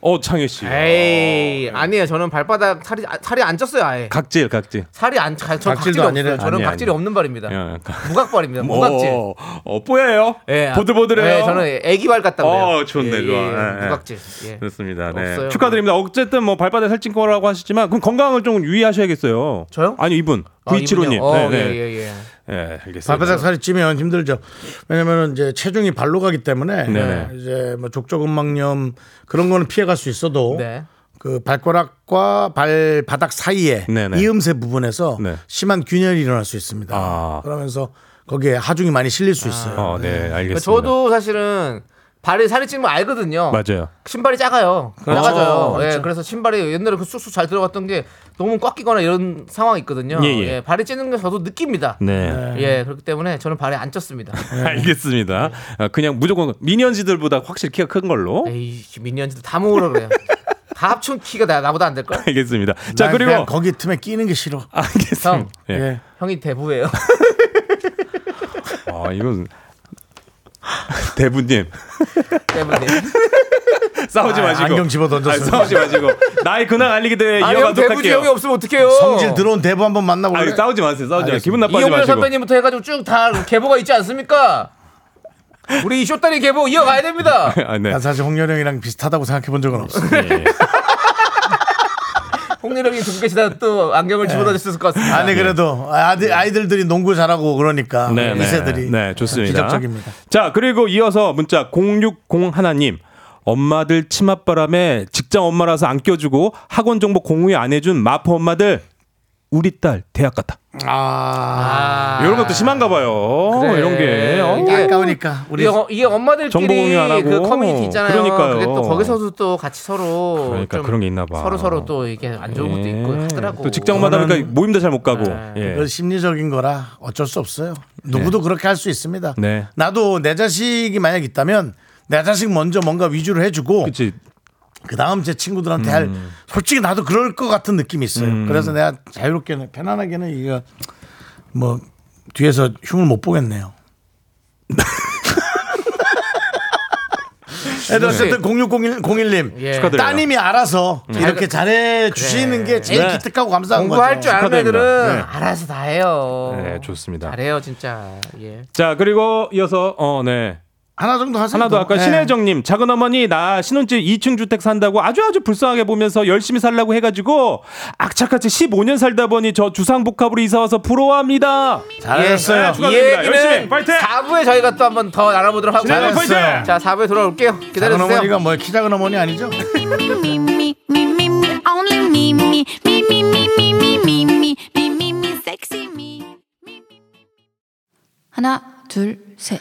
S10: 어, 창희 씨.
S2: 에이, 아니에요. 저는 발바닥 살이 아, 살이 안 쪘어요, 아예.
S10: 각질, 각질.
S2: 살이 안, 가, 저
S1: 각질도
S2: 각질이
S1: 아니래.
S2: 없어요. 저는
S10: 아니에요,
S2: 각질이
S10: 아니에요.
S2: 없는 발입니다.
S10: 예, 각-
S2: 뭐 무각발입니다. 무각질.
S10: 어, 어, 뽀예요.
S2: 예,
S10: 보들보들해요.
S2: 예, 저는 애기발 같다고.
S10: 어, 좋네, 좋아. 예, 예.
S2: 무각질. 예.
S10: 그렇습니다. 네.
S2: 없어요.
S10: 축하드립니다. 어쨌든 뭐 발바닥 살찐 거라고 하시지만 그럼 건강을 좀 유의하셔야겠어요.
S2: 저요?
S10: 아니 이분
S2: 아,
S10: 9275님.
S2: 이분이요? 어,
S10: 네,
S2: 예,
S10: 네.
S2: 예, 예.
S10: 예, 알겠습니다.
S1: 발바닥 살이 찌면 힘들죠. 왜냐면은 이제 체중이 발로 가기 때문에
S10: 네.
S1: 이제 뭐 족저근막염 그런 거는 피해갈 수 있어도
S2: 네.
S1: 그 발가락과 발바닥 사이에
S10: 네네.
S1: 이음새 부분에서
S10: 네.
S1: 심한 균열이 일어날 수 있습니다.
S10: 아.
S1: 그러면서 거기에 하중이 많이 실릴 수 있어요.
S10: 어, 네, 알겠습니다.
S2: 저도 사실은 발이 살이 찌는 거 알거든요.
S10: 맞아요. 어,
S2: 신발이 작아요. 작아져요.
S1: 그렇죠.
S2: 예, 그래서 신발이 옛날에 그 쑥쑥 잘 들어갔던 게 너무 꽉 끼거나 이런 상황이 있거든요.
S10: 예, 예.
S2: 발이 찌는 게 저도 느낍니다.
S10: 네.
S2: 예, 그렇기 때문에 저는 발이 안 쪘습니다.
S10: 알겠습니다. 아, 그냥 무조건 미니언즈들보다 확실히 키가 큰 걸로.
S2: 에이, 미니언즈도 다 모으라 그래요. 다 합친 키가 나, 나보다 안 될 거야.
S10: 알겠습니다. 자,
S1: 난
S10: 그리고
S1: 그냥 거기 틈에 끼는 게 싫어.
S2: 형,
S10: 알겠습니다. 예.
S1: 예.
S2: 형이 대부예요.
S10: 아, 이건 대부님
S2: 때문에.
S10: 네, 싸우지 마시고
S1: 안경 집어
S10: 아,
S1: 던졌어.
S10: 싸우지 마시고 나의 근황 알리기 대회
S2: 아니, 형
S10: 이어가도록
S2: 대부지 형이
S10: 할게요.
S2: 없으면 어떡해요.
S1: 성질 들어온 대부 한번 만나고.
S10: 아, 싸우지 마세요. 싸우지 마세요. 기분 나빠하지
S2: 이용렬
S10: 마시고.
S2: 선배님부터 해가지고 쭉 다 계보가 있지 않습니까? 우리 이 쇼다리 계보 이어가야 됩니다.
S10: 아, 네.
S1: 난 사실 홍련형이랑 비슷하다고 생각해 본 적은 없어.
S2: 홍렬 형이 두고 계시다 또 안경을 집어던졌을 것 같습니다.
S1: 아니 그래도 아들 아이들들이 농구 잘하고 그러니까
S10: 네, 네.
S1: 이세들이
S10: 네, 좋습니다.
S1: 기적적입니다.
S10: 자, 그리고 이어서 문자 060 하나님. 엄마들 치맛바람에 직장 엄마라서 안 껴주고 학원 정보 공유 안 해준 마포 엄마들 우리 딸 대학 갔다.
S1: 아,
S10: 이런 것도 심한가 봐요.
S2: 그래.
S10: 이런 게. 어?
S2: 이게-
S1: 아까우니까 우리
S2: 이게, 어- 이게
S10: 정보
S2: 엄마들끼리
S10: 공유 안 하고.
S2: 그 커뮤니티 있잖아요.
S10: 그러니까요.
S2: 게또 거기서도 또 같이 서로
S10: 그러니까
S2: 좀
S10: 그런 게 있나 봐.
S2: 서로 서로 또 이게 안 좋은 것도 있고
S10: 예.
S2: 하더라고.
S10: 또 직장마다 보니까 모임도 잘 못 가고. 예.
S1: 그 심리적인 거라 어쩔 수 없어요. 누구도 그렇게 할 수 있습니다.
S10: 네.
S1: 나도 내 자식이 만약 있다면 내 자식 먼저 뭔가 위주를 해주고 그 다음 제 친구들한테 할 솔직히 나도 그럴 것 같은 느낌이 있어요.
S10: 음.
S1: 그래서 내가 자유롭게는 편안하게는 이거 뭐 뒤에서 흉을 못 보겠네요. 그래도 어쨌든 0601, 01님
S2: 예. 축하드려요.
S1: 따님이 알아서
S2: 네.
S1: 이렇게 잘해 주시는 게 제일
S2: 네.
S1: 기특하고 감사한 거죠.
S2: 공부할 줄 아는
S10: 축하드립니다.
S2: 애들은
S10: 네.
S2: 알아서 다 해요.
S10: 네, 좋습니다.
S2: 어, 잘해요, 진짜. 예.
S10: 자 그리고 이어서 어 네.
S1: 하나 정도 하세요.
S10: 하나 더 아까
S1: 네.
S10: 신혜정님 작은 어머니 나 신혼집 2층 주택 산다고 아주 아주 불쌍하게 보면서 열심히 살라고 해가지고 악착같이 15년 살다 보니 저 주상복합으로 이사 와서 부러워합니다.
S2: 예.
S10: 네,
S2: 이
S10: 축하드립니다. 열심히
S2: 얘기는 4부에 저희가 또 한번 더 나눠보도록 하고
S1: 네, 파이팅!
S2: 자 4부에 돌아올게요.
S1: 작은
S2: 기다려주세요.
S1: 어머니가 뭐 키 작은 어머니 아니죠?
S8: me, me, me, me, me, only me, me, me, me, me, me, me, me, me, me, me, me, sexy me.
S11: 하나, 둘, 셋.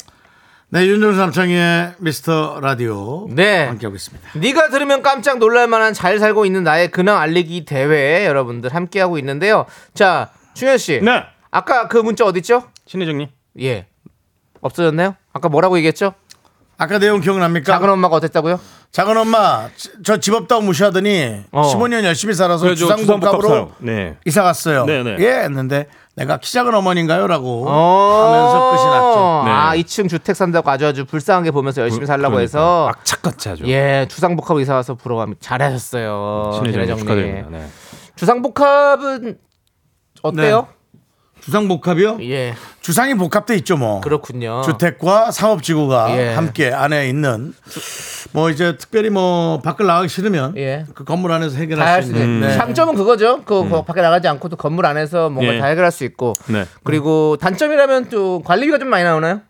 S1: 네 윤정수 남창희의 미스터 라디오
S2: 네.
S1: 함께하고 있습니다
S2: 네가 들으면 깜짝 놀랄만한 잘 살고 있는 나의 근황 알리기 대회 여러분들 함께하고 있는데요. 자 충현 씨. 네. 아까 그 문자 어딨죠?
S10: 신혜정님.
S2: 예. 없어졌나요? 아까 뭐라고 얘기했죠?
S1: 아까 내용 기억납니까?
S2: 작은 엄마가 어땠다고요?
S1: 작은 엄마 저 집 없다고 무시하더니
S10: 어.
S1: 15년 열심히 살아서
S10: 그래죠,
S1: 주상복합으로
S10: 주상복합사요. 네.
S1: 이사 갔어요
S10: 네네.
S1: 예 했는데 내가 키 작은 어머니인가요? 라고
S2: 하면서
S1: 끝이 났죠. 네.
S2: 아 2층 주택 산다고 아주 아주 불쌍하게 보면서 열심히 살라고
S10: 그러니까요.
S2: 해서
S10: 악착같이 하죠.
S2: 예, 주상복합 이사 와서 부러워합니다. 잘하셨어요.
S1: 아,
S10: 신혜정님
S2: 김혜정님.
S10: 축하드립니다. 네.
S2: 주상복합은 어때요?
S1: 주상복합이요?
S2: 예.
S1: 주상이 복합돼 있죠 뭐
S2: 그렇군요.
S1: 주택과 상업지구가
S2: 어. 예.
S1: 함께 안에 있는 뭐 이제 특별히 뭐 밖을 나가기 싫으면
S2: 예.
S1: 그 건물 안에서
S2: 다
S1: 해결할
S2: 할
S1: 수
S2: 수
S1: 있는
S2: 있는. 음.
S1: 네.
S2: 장점은 그거죠. 그 밖에 나가지 않고도 건물 안에서 뭔가
S1: 예.
S2: 다 해결할 수 있고.
S10: 네.
S2: 그리고 단점이라면 또 관리비가 좀 많이 나오나요?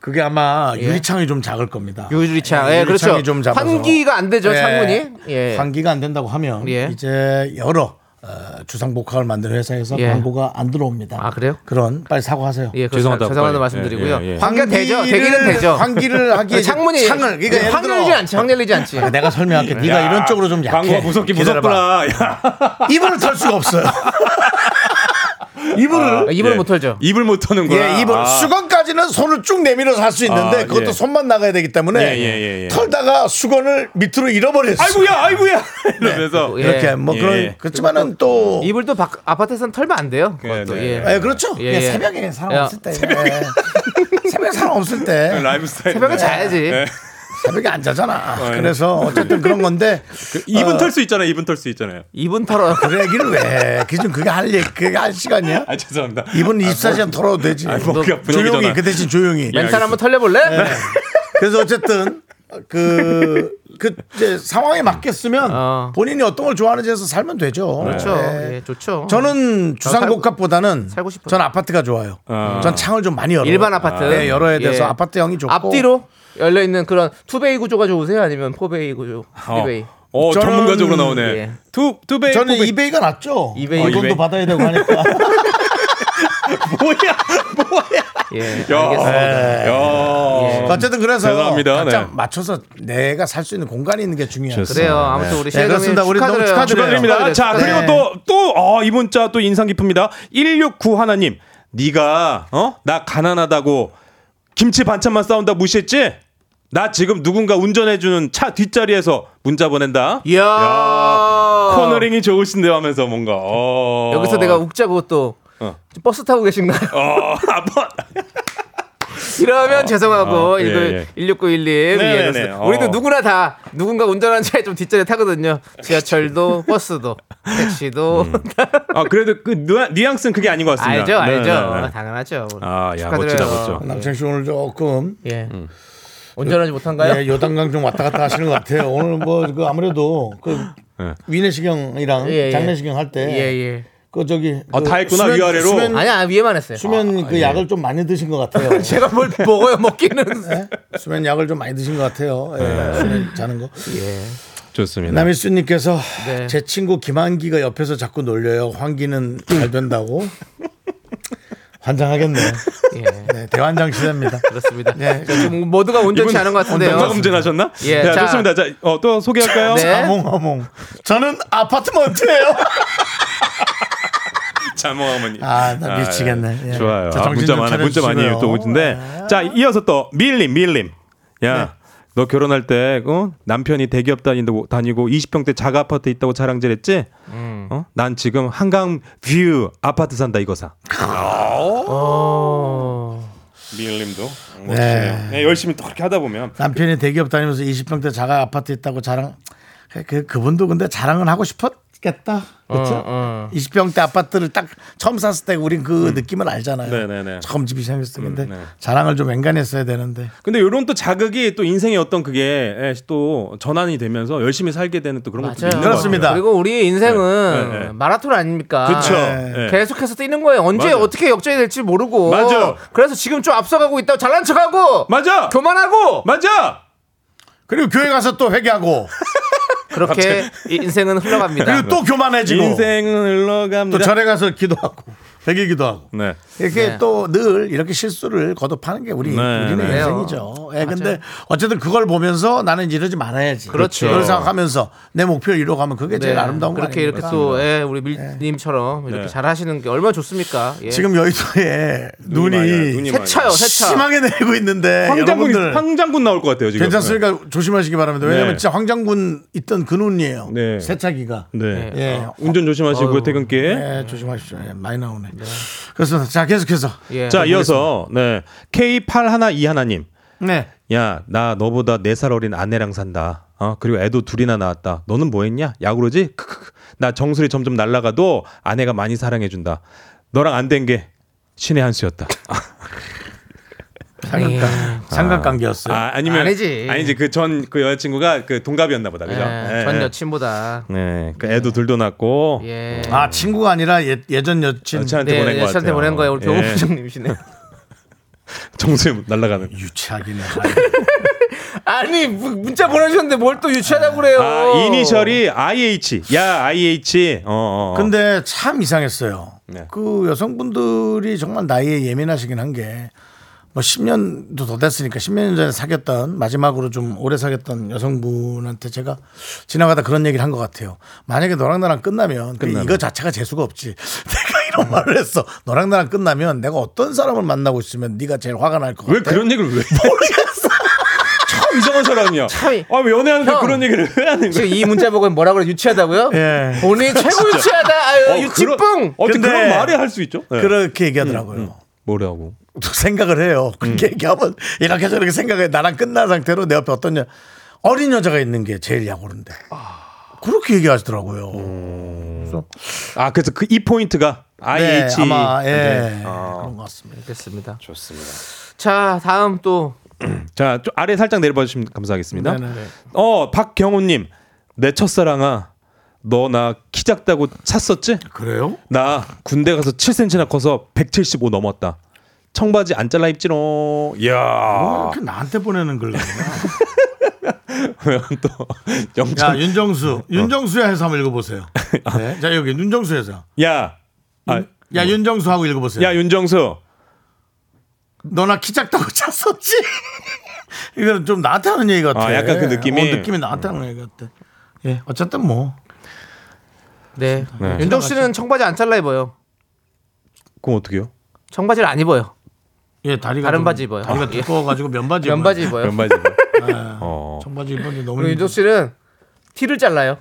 S1: 그게 아마 유리창이 좀 작을 겁니다.
S2: 예. 유리창. 예,
S1: 유리창이
S2: 그렇죠.
S1: 좀 작아서.
S2: 환기가 안 되죠, 창문이. 네. 예.
S1: 환기가 안 된다고 하면
S2: 예.
S1: 이제 여러 어, 주상복합을 만드는 회사에서
S2: 예.
S1: 광고가 안 들어옵니다. 아 그래요? 그런 빨리 사과하세요.
S2: 예, 그렇죠. 죄송하다고 죄송하다는 빨리. 말씀드리고요. 예, 예, 예. 환기가 되죠.
S1: 환기를-
S2: 되기는 되죠.
S1: 환기를 하기
S2: 창문이-
S1: 창을
S2: 예,
S1: 그러니까
S2: 확 열리지 않지, 확 열리지 않지.
S1: 내가 설명할게. 네가
S10: 야,
S1: 이런 쪽으로 좀 약해.
S10: 광고가 무섭긴
S1: 기다려봐.
S10: 무섭구나. 야.
S1: 이불을 털 수가 없어요. 이불을
S2: 네.
S10: 아, 예. 입을 못 터는구나.
S1: 예, 이불
S10: 아.
S1: 수건까지는 손을 쭉 내밀어서 할 수 있는데
S10: 아,
S1: 그것도
S10: 예.
S1: 손만 나가야 되기 때문에
S10: 예, 예, 예, 예.
S1: 털다가 수건을 밑으로 잃어버렸어요.
S10: 아이고야, 예. 아이고야.
S1: 네.
S10: 이러면서
S1: 그렇게 뭐 그런 그렇지만은
S10: 음,
S1: 또
S2: 이불 예. 또 밖- 아파트에서는 털면 안 돼요. 그것도.
S10: 네.
S1: 예, 그렇죠. 예, 새벽에 사람
S2: 야,
S1: 없을 때. 새벽에 새벽에 사람 없을 때.
S10: 라이브 스타일.
S2: 네.
S1: 새벽에 자야지. 새벽에 안 자잖아.
S10: 어, 예.
S1: 그래서 어쨌든 그런 건데
S10: 입은
S1: 어,
S10: 털 수 있잖아요. 입은 털 수 있잖아요.
S2: 입은 털어.
S1: 그 얘기를 왜? 그좀 그게 할 얘기 그게 할 시간이야?
S10: 아 죄송합니다.
S1: 이분 24시간 털어도 되지.
S10: 아, 목이 아프네,
S1: 조용히
S10: 오기잖아. 예,
S1: 그 대신 조용히.
S10: 멘탈 알겠습니다. 한번
S2: 털려볼래?
S1: 네. 그래서 어쨌든 그. 그 이제 상황에 맞겠으면 본인이 어떤 걸 좋아하는지에서 살면 되죠.
S2: 그렇죠.
S1: 네.
S2: 예, 좋죠.
S1: 저는 주상복합보다는
S2: 살고 싶어요. 어.
S1: 전 아파트가 좋아요. 전 창을 좀 많이 열어요.
S2: 예, 일반 아파트.
S1: 네, 열어야 돼서
S2: 예.
S1: 아파트 형이 좋고
S2: 앞뒤로 열려 있는 그런 투베이 구조가 좋으세요? 아니면 포베이 구조? 투베이.
S10: 어,
S1: 저는- 예.
S10: 전문가적으로 나오네. 투 투베이
S1: 저는
S10: 포베이.
S1: 이베이가 낫죠.
S10: 이베이.
S1: 어,
S10: 어,
S1: 이건도
S10: 이베이.
S1: 받아야 되고 하니까.
S10: 야.
S2: 예.
S1: 알겠습니다.
S10: 야.
S1: 네. 어쨌든 그래서
S10: 대단합니다.
S1: 각자
S10: 네.
S1: 맞춰서 내가 살 수 있는 공간이 있는 게 중요해요.
S10: 좋습니다. 그래요. 아무튼
S2: 우리
S1: 네,
S2: 셰이더님
S1: 그렇습니다. 우리 너무
S2: 축하드려요.
S1: 축하드립니다.
S10: 축하드립니다. 자,
S2: 축하드려요. 네.
S10: 그리고 또, 또, 어, 이 문자 또 인상 깊습니다. 169 하나님, 네가 어? 나 가난하다고 김치 반찬만 싸운다 무시했지? 나 지금 누군가 운전해주는 차 뒷자리에서 문자 보낸다.
S2: 이야.
S10: 코너링이 좋으신데 하면서 뭔가, 어.
S2: 어. 여기서 내가 웃자고 또
S10: 어.
S2: 버스 타고 계신가요?
S10: 어, 아빠.
S2: 이러면 죄송하고
S10: 어, 예,
S2: 일구-
S10: 예.
S2: 16911
S10: 네,
S2: 예,
S10: 네, 네.
S2: 그렇습니다.
S10: 어.
S2: 우리도 누구나 다 누군가 운전하는 차에 좀 뒷자리에 타거든요. 지하철도 버스도 택시도
S10: 아, 그래도 그 누아, 뉘앙스는 그게 아닌 것 같습니다.
S2: 알죠
S10: 네,
S2: 알죠 어,
S10: 네, 네.
S2: 당연하죠. 뭐
S10: 아, 야,
S2: 축하드려요.
S10: 멋지다, 멋져. 음.
S1: 남창 씨 오늘 조금
S2: 예. 네. 운전하지 못한가요?
S1: 예, 요단강 좀 왔다 갔다 하시는 것 같아요. 오늘 뭐 그 아무래도 그
S10: 예.
S1: 위내시경이랑
S2: 예, 예.
S1: 장내시경 할 때
S2: 예, 예.
S1: 그 저기
S10: 아,
S1: 그
S10: 다 했구나, 위아래로. 아, 예.
S2: 아니야 위에만 했어요.
S1: 수면 그 약을 좀 많이 드신 것 같아요. 예?
S2: 제가 뭘 먹어요 먹기는
S1: 수면 약을 좀 많이 드신 것 같아요.
S10: 네.
S1: 예, 수면 자는 거.
S10: 좋습니다.
S1: 남일수님께서
S10: 네.
S1: 제 친구 김한기가 옆에서 자꾸 놀려요. 환기는 잘 된다고. 환장하겠네.
S2: 예.
S1: 네, 대환장 시대입니다.
S2: 그렇습니다.
S1: 네.
S2: 지금 그러니까 모두가 온전치 않은 것 같은데요.
S10: 누가 검진하셨나?
S2: 예,
S10: 자,
S2: 자.
S10: 좋습니다. 자, 어, 또 소개할까요?
S2: 네.
S1: 자몽, 어몽. 저는 아파트먼트예요
S10: 자몽
S2: 뭐,
S10: 어머니.
S1: 아, 나 미치겠네. 예.
S10: 좋아요.
S1: 자,
S10: 아,
S1: 정신
S10: 문자
S1: 좀
S10: 많아, 문자 많이
S1: 차려주시고요.
S10: 또 오는데. 자, 이어서 또 밀림, 밀림. 야. 너 결혼할 때 어? 남편이 대기업 다니고 다니고 20평대 자가 아파트 있다고 자랑질했지? 어? 난 지금 한강 뷰 아파트 산다 이거사. 어. 밀림도
S1: 멋지네요.
S10: 네, 열심히 또 그렇게 하다 보면
S1: 남편이 대기업 다니면서 20평대 자가 아파트 있다고 자랑. 그 그분도 근데 자랑은 하고 싶었겠다. 그렇죠?
S10: 어, 어.
S1: 20평대 아파트를 딱 처음 샀을 때 우린 그 느낌을 알잖아요.
S10: 네네네.
S1: 처음 집이 생겼을 때 근데
S10: 음, 네.
S1: 자랑을 좀 앵간했어야 되는데.
S10: 근데 이런 또 자극이 또 인생의 어떤 그게 예, 또 전환이 되면서 열심히 살게 되는 또 그런 것도
S2: 맞아요.
S10: 있는
S1: 그렇습니다.
S10: 것 같아요.
S2: 그리고 우리 인생은
S10: 네, 네, 네.
S2: 마라톤 아닙니까?
S10: 그쵸.
S2: 네.
S10: 네.
S2: 계속해서 뛰는 거예요. 언제
S10: 맞아.
S2: 어떻게 역전이 될지 모르고.
S10: 맞아.
S2: 그래서 지금 좀 앞서가고 있다고 잘난 척하고.
S10: 맞아.
S2: 교만하고.
S10: 맞아.
S1: 그리고 교회 가서 또 회개하고
S2: 그렇게 이 인생은 흘러갑니다.
S1: 그리고 또 교만해지고
S10: 네. 인생은 흘러갑니다.
S1: 또 절에 가서 기도하고 회개 기도하고
S10: 네.
S1: 이렇게
S2: 네.
S1: 또 늘 이렇게 실수를 거듭하는 게 우리
S10: 네,
S1: 우리는
S10: 네.
S1: 인생이죠. 예, 근데 어쨌든 그걸 보면서 나는 이러지 말아야지.
S2: 그렇죠.
S1: 그걸 생각하면서 내 목표를 이뤄가면 그게 제일
S2: 네.
S1: 아름다운 거
S2: 그렇게 이렇게
S1: 아닙니까?
S2: 또 예, 우리 밀님처럼 이렇게
S10: 네.
S2: 잘 하시는 게 얼마나 좋습니까? 예.
S1: 지금 여의도에 눈이,
S10: 많이 와요. 눈이
S2: 세차요, 세차.
S1: 심하게 내리고 있는데
S10: 황장군
S1: 여러분들
S10: 황장군 나올 것 같아요 지금.
S1: 괜찮습니까? 조심하시기 바랍니다. 왜냐면
S10: 네.
S1: 진짜 황장군 있던 그 눈이에요.
S10: 네.
S1: 세차기가.
S10: 네.
S1: 예.
S10: 운전 조심하시고요 퇴근길.
S2: 네.
S1: 예, 조심하십시오. 예, 많이 나오네. 그래서 자 계속해서
S2: 예.
S10: 자 이어서 네 K 8 하나 2 하나님.
S1: 네.
S10: 야 나 너보다 4살 어린 아내랑 산다. 어 그리고 애도 둘이나 낳았다. 너는 뭐했냐? 야구로지? 크크크. 나 정수리 점점 날아가도 아내가 많이 사랑해준다. 너랑 안 된 게 신의 한 수였다.
S2: 네. 예.
S10: 네.
S1: 삼각관 삼각관계였어요.
S10: 아, 아니면
S2: 아니지.
S10: 아니지 그 전 그 여자친구가 그 동갑이었나 보다. 그죠?
S2: 예,
S10: 예,
S2: 전
S10: 예.
S2: 여친보다.
S10: 네. 그 애도 둘도 낳고
S2: 예.
S1: 아 친구가 아니라 예, 예전 여친
S10: 여친한테
S2: 네,
S10: 보낸 거
S2: 여친한테
S10: 같아요.
S2: 보낸 거예요. 우리
S10: 예.
S2: 교무부장님이시네요.
S10: 정수리 날아가는.
S1: 유치하기네.
S2: 아니 문- 문자 보내주셨는데 뭘 또 유치하다고 그래요?
S10: 아 이니셜이 IH. 야 IH. 어. 어, 어.
S1: 근데 참 이상했어요.
S10: 네.
S1: 그 여성분들이 정말 나이에 예민하시긴 한 게. 뭐 10년도 더 됐으니까 10년 전에 사귀었던 마지막으로 좀 오래 사귀었던 여성분한테 제가 지나가다 그런 얘기를 한 것 같아요. 만약에 너랑 나랑 끝나면, 그 이거 자체가 재수가 없지. 내가 이런 말을 했어. 너랑 나랑 끝나면 내가 어떤 사람을 만나고 있으면 네가 제일 화가 날 것 같아.
S10: 왜 그런 얘기를 왜? 모르겠어. 참 이상한 사람이야.
S2: 참-
S10: 아왜 연애하는데
S2: 형.
S10: 그런 얘기를 왜 하는 거야?
S2: 지금 이 문자 보고 뭐라 그래 유치하다고요?
S1: 예.
S2: 본인이 최고 유치하다. 아유
S10: 어,
S2: 유치뿡.
S10: 그런- 어떻게
S1: 근데-
S10: 그런 말을 할 수 있죠? 네.
S1: 그렇게 얘기하더라고요.
S10: 뭐라고?
S1: 생각을 해요. 그렇게 얘기하면 이렇게 저렇게 생각해. 나랑 끝난 상태로 내 옆에 어떤 여, 어린 여자가 있는 게 제일 약오른데. 아. 그렇게 얘기하시더라고요.
S10: 아 그래서 그 이 포인트가
S1: 네,
S10: IH.
S1: 아마 예 그런 것 같습니다.
S2: 알겠습니다.
S7: 좋습니다.
S2: 자 다음 또
S10: 자, 좀 아래 살짝 내려봐 주시면 감사하겠습니다.
S1: 네네네.
S10: 어, 박경호 님. 내 첫사랑아. 너 나 키 작다고 찼었지?
S1: 그래요?
S10: 나 군대 가서 7cm나 커서 175 넘었다. 청바지 안 잘라 입지롱. 이야.
S1: 이렇게 나한테 보내는 글이야.
S10: 그러면 또
S1: 야
S10: 영천.
S1: 윤정수, 윤정수의 해서 한번 읽어보세요. 네. 자 여기 윤정수 해서.
S10: 야. 아,
S1: 어. 야 윤정수 하고 읽어보세요.
S10: 야 윤정수.
S1: 너나 키 작다고 찼었지. 이건 좀 나한테 하는 얘기 같아.
S10: 아, 약간 그 느낌이?
S1: 어, 느낌이 나한테 하는 얘기 같아. 예, 어쨌든 뭐
S2: 네. 윤정 씨는 청바지 안 잘라 입어요.
S10: 그럼 어떻게요?
S2: 청바지를 안 입어요.
S1: 예, 다리가
S2: 다른
S1: 좀-
S2: 바지 입어요.
S1: 다리가
S2: 예.
S1: 두꺼워가지고 면바지. 입어요.
S2: 면바지 입어요.
S10: 면바지.
S1: 어.
S10: 어.
S1: 청바지 입었는데 너무
S2: 그리고 윤정 씨는 티를 잘라요.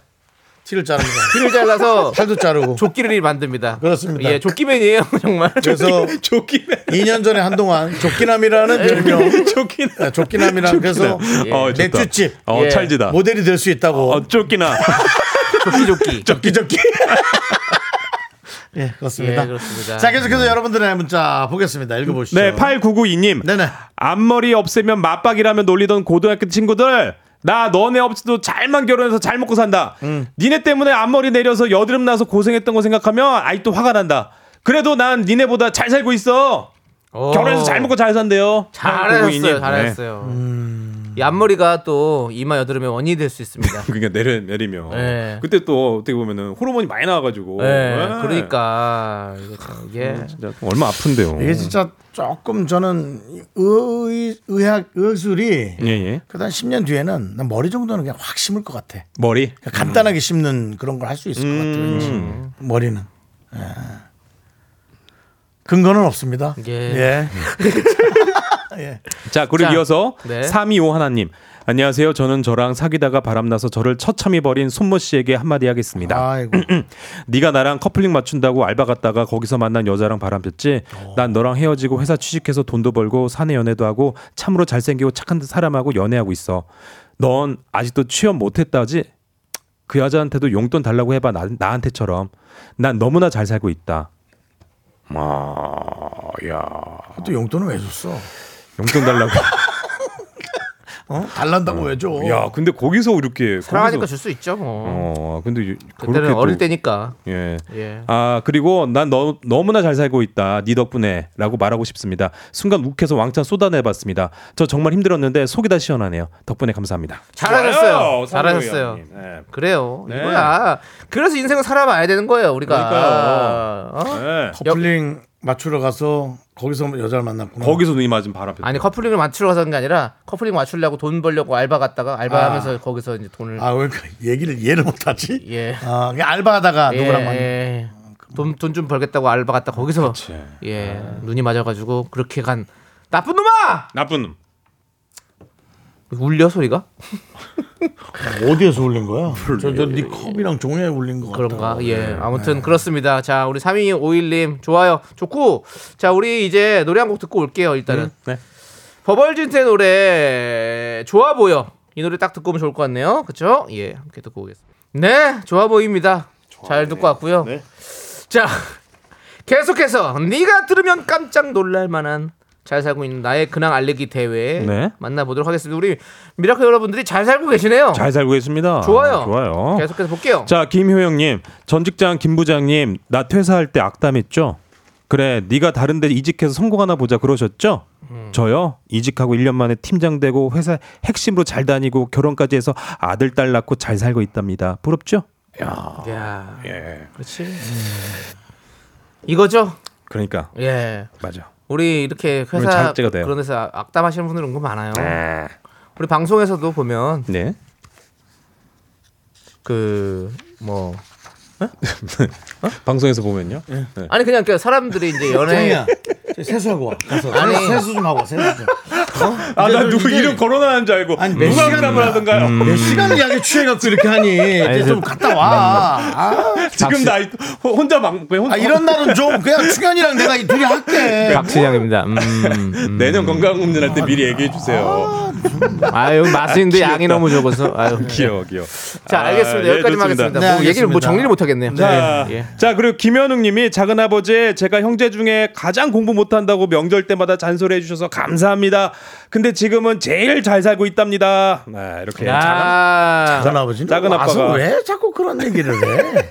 S1: 티를 자르는 거.
S2: 티를 잘라서
S1: 팔도 자르고.
S2: 조끼를 만듭니다.
S1: 그렇습니다.
S2: 예, 조끼맨이에요 정말.
S1: 그래서
S10: 조끼맨.
S1: 2년 전에 한동안 네. 조끼남이라는 별명.
S10: 조끼나.
S1: 네, 조끼남이랑 예. 그래서
S10: 어, 좋다.
S1: 맥주집.
S10: 어,
S2: 예.
S10: 찰지다.
S1: 모델이 될 수 있다고.
S10: 어, 조끼나.
S2: 조끼 조끼.
S1: 조끼조끼. 예, 그렇습니다.
S2: 예, 그렇습니다.
S1: 자, 계속해서 여러분들의 문자 보겠습니다. 읽어보시죠.
S10: 네, 8992님.
S1: 네네.
S10: 앞머리 없애면 맞박이라며 놀리던 고등학교 친구들. 나 너네 없이도 잘만 결혼해서 잘 먹고 산다.
S2: 음.
S10: 니네 때문에 앞머리 내려서 여드름 나서 고생했던 거 생각하면 아직도 화가 난다. 그래도 난 니네보다 잘 살고 있어.
S2: 오.
S10: 결혼해서 잘 먹고 잘 산대요.
S2: 잘하셨어요.
S10: 8992님. 네.
S2: 잘하셨어요. 이 앞머리가 또 이마 여드름의 원인이 될 수 있습니다.
S7: 그러니까 내려 내리면
S2: 네.
S7: 그때 또 어떻게 보면은 호르몬이 많이 나와가지고
S2: 네,
S7: 네. 음,
S2: 그러니까 예. 이게 참 이게
S7: 진짜 얼마 아픈데요.
S1: 이게 진짜 조금 저는 의, 의학 의술이
S7: 예, 예.
S1: 그다음 10년 뒤에는 난 머리 정도는 그냥 확 심을 것 같아.
S7: 머리
S1: 그러니까 간단하게 심는 그런 걸 할 수 있을 것 같아요. 왠지. 머리는. 예. 근거는 없습니다.
S7: 예.
S1: 음. 예. 예.
S7: 자, 그리고
S1: 자,
S7: 이어서
S1: 네.
S7: 325 하나님. 안녕하세요. 저는 저랑 사귀다가 바람나서 저를 처참히 버린 손모 씨에게 한마디
S2: 아.
S7: 하겠습니다.
S1: 음.
S7: 네가 나랑 커플링 맞춘다고 알바 갔다가 거기서 만난 여자랑 바람폈지. 난 너랑 헤어지고 회사 취직해서 돈도 벌고 사내 연애도 하고 참으로 잘생기고 착한 사람하고 연애하고 있어. 넌 아직도 취업 못했다지? 그 여자한테도 용돈 달라고 해봐 나, 나한테처럼. 난 너무나 잘 살고 있다. 아, 마야
S1: 또 용돈은 왜 줬어?
S7: 용돈 달라고.
S1: 어? 달란다고 왜 줘?
S7: 야, 근데 거기서 이렇게
S2: 사랑하니까
S7: 거기서-
S2: 줄 수 있죠 뭐.
S7: 어, 근데 이-
S2: 그때는
S7: 그렇게 또-
S2: 어릴 때니까.
S7: 예.
S2: 예.
S7: 아 그리고 난 너, 너무나 잘 살고 있다 네 덕분에라고 말하고 싶습니다 순간 욱해서 왕창 쏟아내봤습니다 저 정말 힘들었는데 속이 다 시원하네요 덕분에 감사합니다
S2: 잘하셨어요.
S7: 좋아요, 삼육이
S2: 잘하셨어요.
S7: 형님.
S2: 그래요.
S7: 네.
S2: 이거야. 그래서 인생을 살아봐야 되는 거예요. 우리가.
S7: 그러니까요. 네.
S2: 어?
S1: 커플링 맞추러 가서 거기서 여자를 만났구나.
S7: 거기서 눈이 맞은 바람
S2: 아니 커플링을 맞추러 가서 한게 아니라 커플링 맞추려고 돈 벌려고 알바 갔다가
S7: 아.
S2: 알바하면서 거기서 이제 돈을
S1: 아, 왜 이렇게 얘기를 이해를 못하지?
S2: 예.
S1: 아, 그냥 알바하다가 누구랑 만났
S2: 돈돈 좀 벌겠다고 알바 갔다 거기서 예 눈이 맞아가지고 그렇게 간 나쁜 놈아
S7: 아. 나쁜 놈
S2: 울려 소리가
S1: 어디에서 울린 거야? 저네 컵이랑 종이에 울린 거 같아.
S2: 그런가 예 아무튼 그렇습니다 자 우리 3251님 좋아요 좋고 자 우리 이제 노래 한 곡 듣고 올게요 일단은
S7: 네.
S2: 버벌진트의 노래 좋아 보여 이 노래 딱 듣고 오면 좋을 것 같네요 그쵸 예 함께 듣고 오겠습니다 네 좋아 보입니다 잘 듣고 왔고요 자 계속해서 네가 들으면 깜짝 놀랄만한 잘 살고 있는 나의 근황 알리기 대회
S7: 네.
S2: 만나보도록 하겠습니다 우리 미라클 여러분들이 잘 살고 계시네요
S7: 잘 살고 계십니다
S2: 좋아요.
S7: 좋아요
S2: 계속해서 볼게요
S7: 자 김효영님 전 직장 김 부장님 나 퇴사할 때 악담했죠 그래 네가 다른데 이직해서 성공하나 보자 그러셨죠 저요 이직하고 1년 만에 팀장 되고 회사 핵심으로 잘 다니고 결혼까지 해서 아들 딸 낳고 잘 살고 있답니다 부럽죠 야
S2: 야,
S7: 예.
S2: 그렇지. 음. 이거죠.
S7: 그러니까
S2: 예.
S7: 맞아
S2: 우리 이렇게
S7: 오늘
S2: 회사
S7: 자극제가 돼요.
S2: 그런 데서 악담하시는 분들 은근 많아요.
S7: 네.
S2: 우리 방송에서도 보면
S7: 네.
S2: 그뭐
S7: 방송에서 보면요 네.
S2: 아니 그냥 그 사람들이 이제 연애
S1: 정이야, 저 세수하고 와. 가서.
S2: 아니.
S1: 세수 좀 하고 와, 세수 좀.
S7: 아,
S1: 이제
S7: 나
S1: 좀
S7: 누구
S1: 이제-
S7: 이름 거론하는 줄 알고
S1: 아니, 몇
S7: 누가
S1: 시간-
S7: 악담을 하던가요?
S1: 음. 몇 시간 이야기 취해갖고 이렇게 하니. 이제 좀 갔다 와. 아,
S7: 지금 나 이- 혼자 막 왜 혼자
S1: 아, 이런 날은 좀 그냥 충현이랑 내가 이 둘이 할게.
S2: 박수양입니다.
S7: 내년 건강검진 할 때 미리 얘기해 주세요.
S2: 아유 맛있는데 양이 너무 적어서 아유
S7: 귀여워 귀여워.
S2: 자 알겠습니다 여기까지만 하겠습니다. 뭐 얘기를 뭐 정리를 못 하겠네요.
S7: 자,
S2: 예.
S7: 자 그리고 김현웅님이 작은 아버지 제가 형제 중에 가장 공부 못한다고 명절 때마다 잔소리해 주셔서 감사합니다. 근데 지금은 제일 잘 살고 있답니다. 네, 이렇게
S1: 야.
S2: 작은,
S1: 작은 아버지는
S7: 작은
S1: 와서
S7: 아빠가
S1: 왜 자꾸 그런 얘기를 해?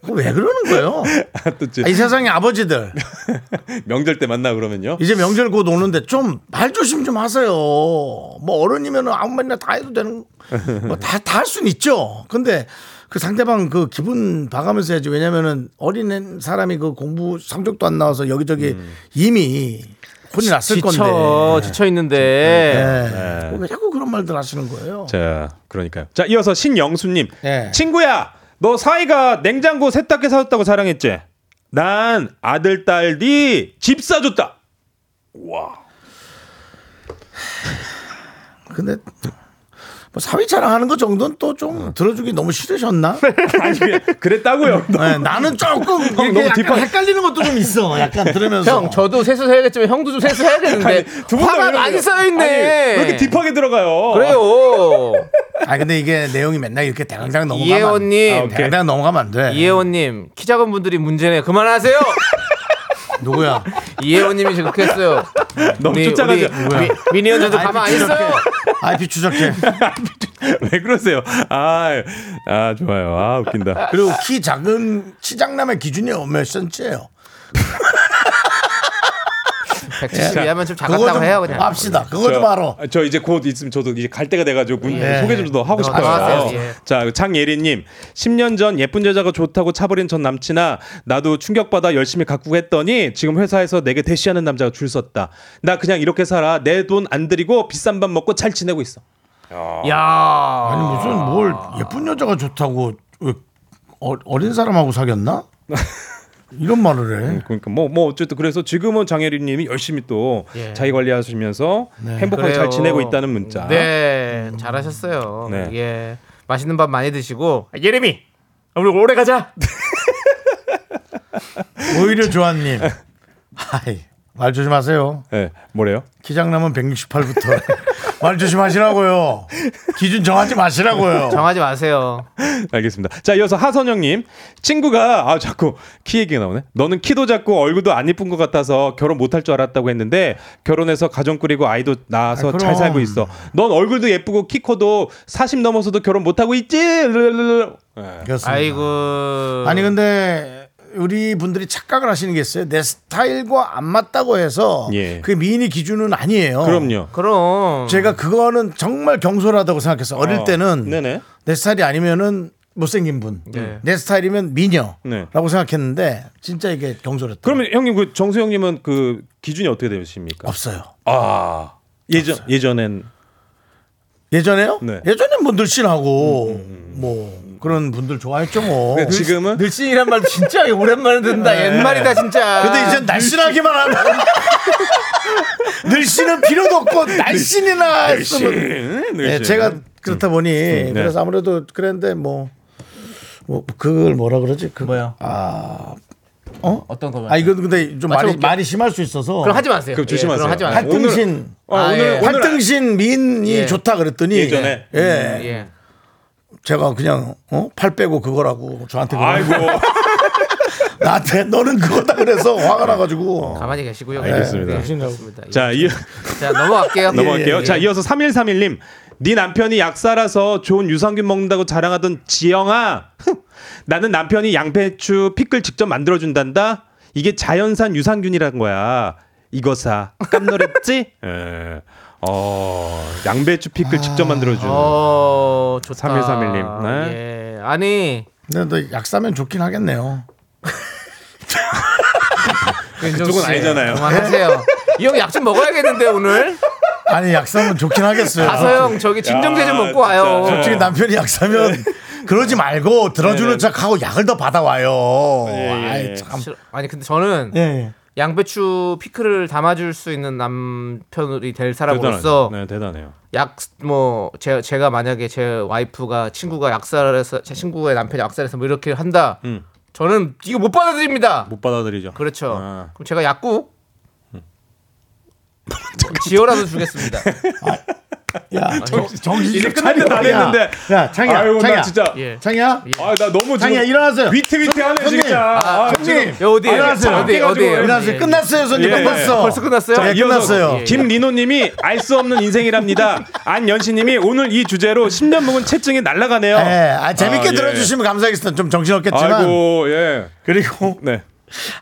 S1: 그거 왜 그러는 거예요?
S7: 또 지-
S1: 아, 이 세상의 아버지들
S7: 명절 때 만나 그러면요.
S1: 이제 명절 곧 오는데 좀 말조심 좀 하세요. 뭐 어른이면 아무 말이나 다 해도 되는 뭐다다 할 수는 있죠. 근데 그 상대방 그 기분 봐가면서 해야지. 왜냐면은 어린 사람이 그 공부 성적도 안 나와서 여기저기
S7: 음.
S1: 이미 혼이 났을
S2: 지쳐
S1: 건데.
S2: 지쳐 있는데
S7: 네.
S1: 왜 자꾸 그런 말들 하시는 거예요?
S7: 자, 그러니까요. 자, 이어서 신영수님.
S1: 예.
S7: 친구야, 너 사이가 냉장고 세탁기 사줬다고 자랑했지? 난 아들, 딸이 집 사줬다. 와.
S1: 근데 뭐 사회 자랑하는 것 정도는 또 좀 들어주기 너무 싫으셨나?
S7: 아니, 그냥 그랬다고요.
S1: 네, 나는 조금 이게
S7: 너무
S1: 약간
S7: 뒷판-
S1: 헷갈리는 것도 좀 있어. 약간 들으면서
S2: 형 저도 세수해야겠지만 형도 좀 세수해야겠는데
S7: 분다
S2: 화가
S7: 왜 그래요?
S2: 많이 쌓여
S7: 아니, 왜
S2: 있네.
S7: 이렇게 딥하게 들어가요?
S2: 그래요.
S1: 아 근데 이게 내용이 맨날 이렇게 대강당 넘어가면
S2: 이혜원님.
S1: 안- 아, 오케이. 대강당 넘어가면 안 돼.
S2: 이혜원님 키 작은 분들이 문제네. 그만하세요.
S1: 누구야?
S2: 이혜원님이 지금 그렇게 했어요.
S7: 너무
S2: 우리-
S7: 쫓아가죠.
S2: 우리 미- 미니언즈도 가만 안 있어요.
S1: 아이 비추적해.
S7: 왜 그러세요? 아, 아 좋아요. 아 웃긴다.
S1: 그리고 키 작은 치장남의 기준이 몇 센치예요?
S2: 170 이하면 좀 작았다고
S1: 그거 좀
S2: 해요, 그냥.
S1: 합시다. 그거 좀
S7: 저-
S1: 알아.
S7: 저 이제 곧 있으면 저도 이제 갈 때가 돼가지고 문
S1: 예.
S7: 소개 좀 더 하고
S1: 어,
S7: 싶어요.
S1: 나가세요, 예.
S7: 자 창예리님, 10년 전 예쁜 여자가 좋다고 차버린 전 남친아, 나도 충격받아 열심히 가꾸고 했더니 지금 회사에서 내게 대시하는 남자가 줄 섰다. 나 그냥 이렇게 살아. 내 돈 안 들이고 비싼 밥 먹고 잘 지내고 있어.
S2: 야.
S1: 아니 무슨 뭘 예쁜 여자가 좋다고 왜 어, 어린 사람하고 사귀었나? 이런 말을 해.
S7: 그러니까 뭐 뭐 어쨌든 그래서 지금은 장혜리님이 열심히 또
S2: 예.
S7: 자기 관리하시면서
S1: 네,
S7: 행복하게
S2: 그래요.
S7: 잘 지내고 있다는 문자.
S2: 네, 잘하셨어요.
S7: 네.
S2: 예, 맛있는 밥 많이 드시고 아, 예림이 우리 오래 가자.
S1: 오히려 조한님. 하이 말 조심하세요.
S7: 네, 뭐래요?
S1: 키장남은 168부터 말 조심하시라고요. 기준 정하지 마시라고요.
S2: 정하지 마세요.
S7: 알겠습니다. 자, 이어서 하선영님 친구가 아 자꾸 키 얘기가 나오네. 너는 키도 작고 얼굴도 안 이쁜 것 같아서 결혼 못할 줄 알았다고 했는데 결혼해서 가정 꾸리고 아이도 낳아서
S1: 아, 그럼.
S7: 잘 살고 있어. 넌 얼굴도 예쁘고 키 커도 40 넘어서도 결혼 못 하고 있지. 르르르르. 예.
S1: 그렇습니다.
S2: 아이고.
S1: 아니 근데 우리 분들이 착각을 하시는 게 있어요. 내 스타일과 안 맞다고 해서
S7: 예.
S1: 그 미인이 기준은 아니에요.
S7: 그럼요.
S2: 그럼
S1: 제가 그거는 정말 경솔하다고 생각했어요. 어릴
S7: 어,
S1: 때는
S7: 네네.
S1: 내 스타일이 아니면은 못생긴 분,
S7: 네.
S1: 내 스타일이면 미녀라고
S7: 네.
S1: 생각했는데 진짜 이게 경솔했다.
S7: 그러면 형님 그 정수영님은 그 기준이 어떻게 되십니까?
S1: 없어요.
S7: 아 예전 예전엔
S1: 예전에요?
S7: 네. 음,
S1: 예전엔 뭐 늘씬하고 뭐 그런 분들 좋아했죠 뭐.
S7: 근데 지금은 네.
S2: 늘씬이란 말 진짜 오랜만에 듣는다. 옛말이다 진짜.
S1: 근데 이제 날씬하기만 하면 늘씬은 필요도 없고 날씬이나 했으면
S7: 늘씬,
S1: 예,
S7: 늘씬.
S1: 제가 그렇다 보니
S7: 음, 네.
S1: 그래서 아무래도 그랬는데 뭐, 뭐 그걸 뭐라 그러지? 그,
S2: 뭐야?
S1: 아 어?
S2: 어떤 거
S1: 아 이건 근데 좀 말이
S2: 맞춰볼게요.
S1: 말이 심할 수 있어서
S2: 그럼 하지 마세요.
S7: 그럼 조심하세요.
S2: 예, 그럼 하지 마세요.
S7: 오늘-
S1: 팔등신
S7: 어,
S2: 아,
S7: 오늘
S1: 네.
S2: 예.
S7: 오늘
S1: 팔등신 미인이
S2: 예.
S1: 좋다 그랬더니
S7: 예전에.
S1: 예,
S2: 예.
S1: 제가 그냥 어? 팔 빼고 그거라고 저한테 그러고
S7: 아이고.
S1: 나한테 너는 그거다 그래서 화가 나가지고
S2: 가만히 계시고요.
S7: 아, 알겠습니다.
S2: 네, 그렇습니다. 예.
S7: 자, 이
S2: 자 넘어갈게요.
S7: 넘어갈게요.
S2: 예, 예.
S7: 자, 이어서 3131님. 네 남편이 약사라서 좋은 유산균 먹는다고 자랑하던 지영아. 나는 남편이 양배추 피클 직접 만들어 준단다. 이게 자연산 유산균이란 거야. 이거 사. 깜놀했지? 예. 어, 양배추 피클 직접 만들어 준.
S2: 어 좋다.
S7: 3131 님. 네.
S2: 예. 아니
S1: 근데 너 약사면 좋긴 하겠네요
S7: 그쪽은 아니잖아요.
S2: 그만하세요. 이 형 약 좀 먹어야겠는데 오늘.
S1: 아니 약사면 좋긴 하겠어요
S2: 가서 형 저기 진정제 좀
S7: 야,
S2: 먹고 와요.
S7: 진짜.
S1: 솔직히 남편이 약사면 그러지 말고 들어주는
S7: 어. 네.
S1: 척하고 약을 더 받아와요
S7: 예, 예,
S1: 아이
S7: 예.
S1: 참
S2: 싫어. 아니 근데 저는
S1: 예, 예.
S2: 양배추 피클을 담아줄 수 있는 남편이 될 사람으로서
S7: 대단하죠. 네, 대단해요.
S2: 약 뭐 제가 만약에 제 와이프가 친구가 약살해서 제 친구의 남편이 약살해서 뭐 이렇게 한다.
S7: 음.
S2: 저는 이거 못 받아들입니다.
S7: 못 받아들이죠.
S2: 그렇죠.
S7: 아. 음.
S2: 그럼 제가 약국 뭐 지어라도 주겠습니다.
S1: 야 정- 정신
S7: 이제
S1: 좀
S7: 끝날 때다
S1: 차려.
S7: 됐는데.
S1: 야, 야 창이야
S7: 아이고, 나
S1: 창이야
S7: 진짜.
S2: 예.
S1: 창이야
S7: 아, 나 너무
S1: 창이야
S7: 지금
S1: 일어나세요
S7: 위태위태하네
S1: 손님.
S7: 진짜. 아,
S1: 손님
S2: 야, 어디,
S1: 일어나세요
S2: 어디,
S1: 어디
S2: 어디, 어디.
S1: 일어나세요
S2: 예,
S1: 끝났어요 손님
S7: 예, 예.
S1: 끝났어
S2: 벌써 끝났어요?
S1: 자,
S2: 이어서-
S1: 끝났어요
S2: 예.
S7: 김리노님이 알 수 없는 인생이랍니다. 안연신님이 오늘 이 주제로 10년 묵은 채증이 날아가네요.
S1: 예, 아, 재밌게
S7: 아, 예.
S1: 들어주시면 감사하겠습니다. 좀 정신없겠지만.
S7: 아이고 예.
S1: 그리고
S7: 네.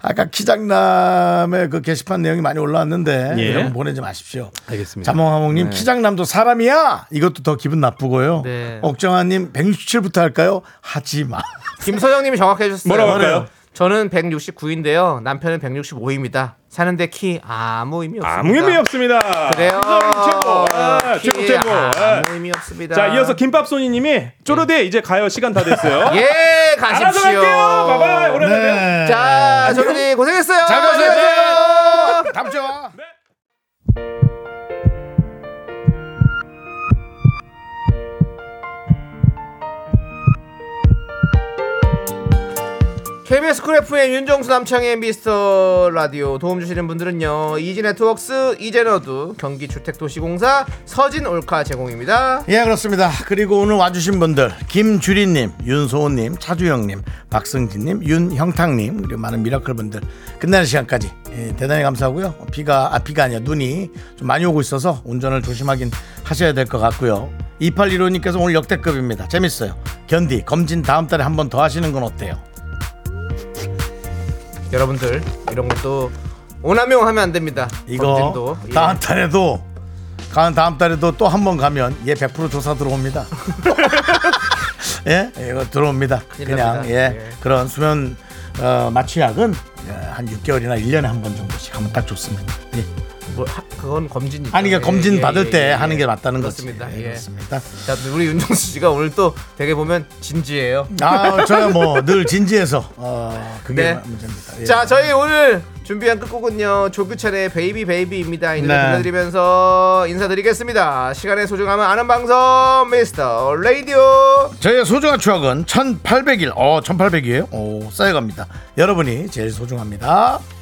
S1: 아까 키장남의 그 게시판 내용이 많이 올라왔는데
S7: 예.
S1: 이런 거 보내지 마십시오.
S7: 알겠습니다. 네.
S1: 자몽하몽님 키장남도 사람이야. 이것도 더 기분 나쁘고요.
S2: 네.
S1: 옥정아님 167부터 할까요? 하지 마.
S2: 김서영님이 정확해 주셨어요.
S7: 뭐라고 할까요?
S2: 저는 169인데요. 남편은 165입니다. 사는데 키 아무 의미 없습니다.
S7: 아무 의미 없습니다.
S2: 그래요.
S7: 김서영 최고. 아,
S2: 키
S7: 최고 최고. 아.
S2: 아무 의미 없습니다.
S7: 자 이어서 김밥손이님이 쪼르대 이제 가요 시간 다 됐어요.
S2: 예
S7: 알아서
S2: 가십시오.
S7: 갈게요. 바이바이 오래 가세요.
S1: 네.
S2: 자, 저분이 고생했어요.
S1: 잘 가세요.
S2: 안녕히 가세요.
S1: 다음 주에 와.
S2: KBS 쿨 FM 윤정수 남창의 미스터 라디오 도움 주시는 분들은요 이지네트웍스 이젠어두 경기주택도시공사 서진올카 제공입니다
S1: 예 그렇습니다. 그리고 오늘 와주신 분들 김주리님, 윤소은님, 차주영님, 박승진님, 윤형탁님 그리고 많은 미라클 분들 끝나는 시간까지 예, 대단히 감사하고요. 비가 아 비가 아니야 눈이 좀 많이 오고 있어서 운전을 조심하긴 하셔야 될 것 같고요. 2815님께서 오늘 역대급입니다. 재밌어요. 견디 검진 다음 달에 한 번 더 하시는 건 어때요?
S2: 여러분들 이런 것도 오남용 하면 안 됩니다.
S1: 이거
S2: 검진도. 예.
S1: 다음 달에도 가 다음 달에도 또 한 번 가면 얘 100% 조사 들어옵니다. 예, 이거 들어옵니다. 그냥
S2: 납니다.
S1: 예, 그런 수면 어, 마취약은 예, 한 6개월이나 1년에 한 번 정도씩 하면 딱 좋습니다. 예.
S2: 뭐 하- 그건 검진이
S1: 아니 그러니까
S2: 예,
S1: 검진 받을 때 하는 게 맞다는 거지.
S2: 그렇습니다.
S1: 예,
S2: 예.
S1: 그렇습니다.
S2: 자, 우리 윤정수 씨가 오늘 또 되게 보면 진지해요.
S1: 아, 저야 뭐 늘 진지해서 어, 그게
S2: 네.
S1: 문제입니다. 예.
S2: 자, 저희 오늘 준비한 끝곡은요. 조규찬의 베이비 베이비입니다. 이 노래
S1: 네.
S2: 들려드리면서 인사드리겠습니다. 시간의 소중함을 아는 방송 미스터 라디오.
S1: 저희의 소중한 추억은 1800일, 어, 1800이에요? 오, 쌓여갑니다. 여러분이 제일 소중합니다.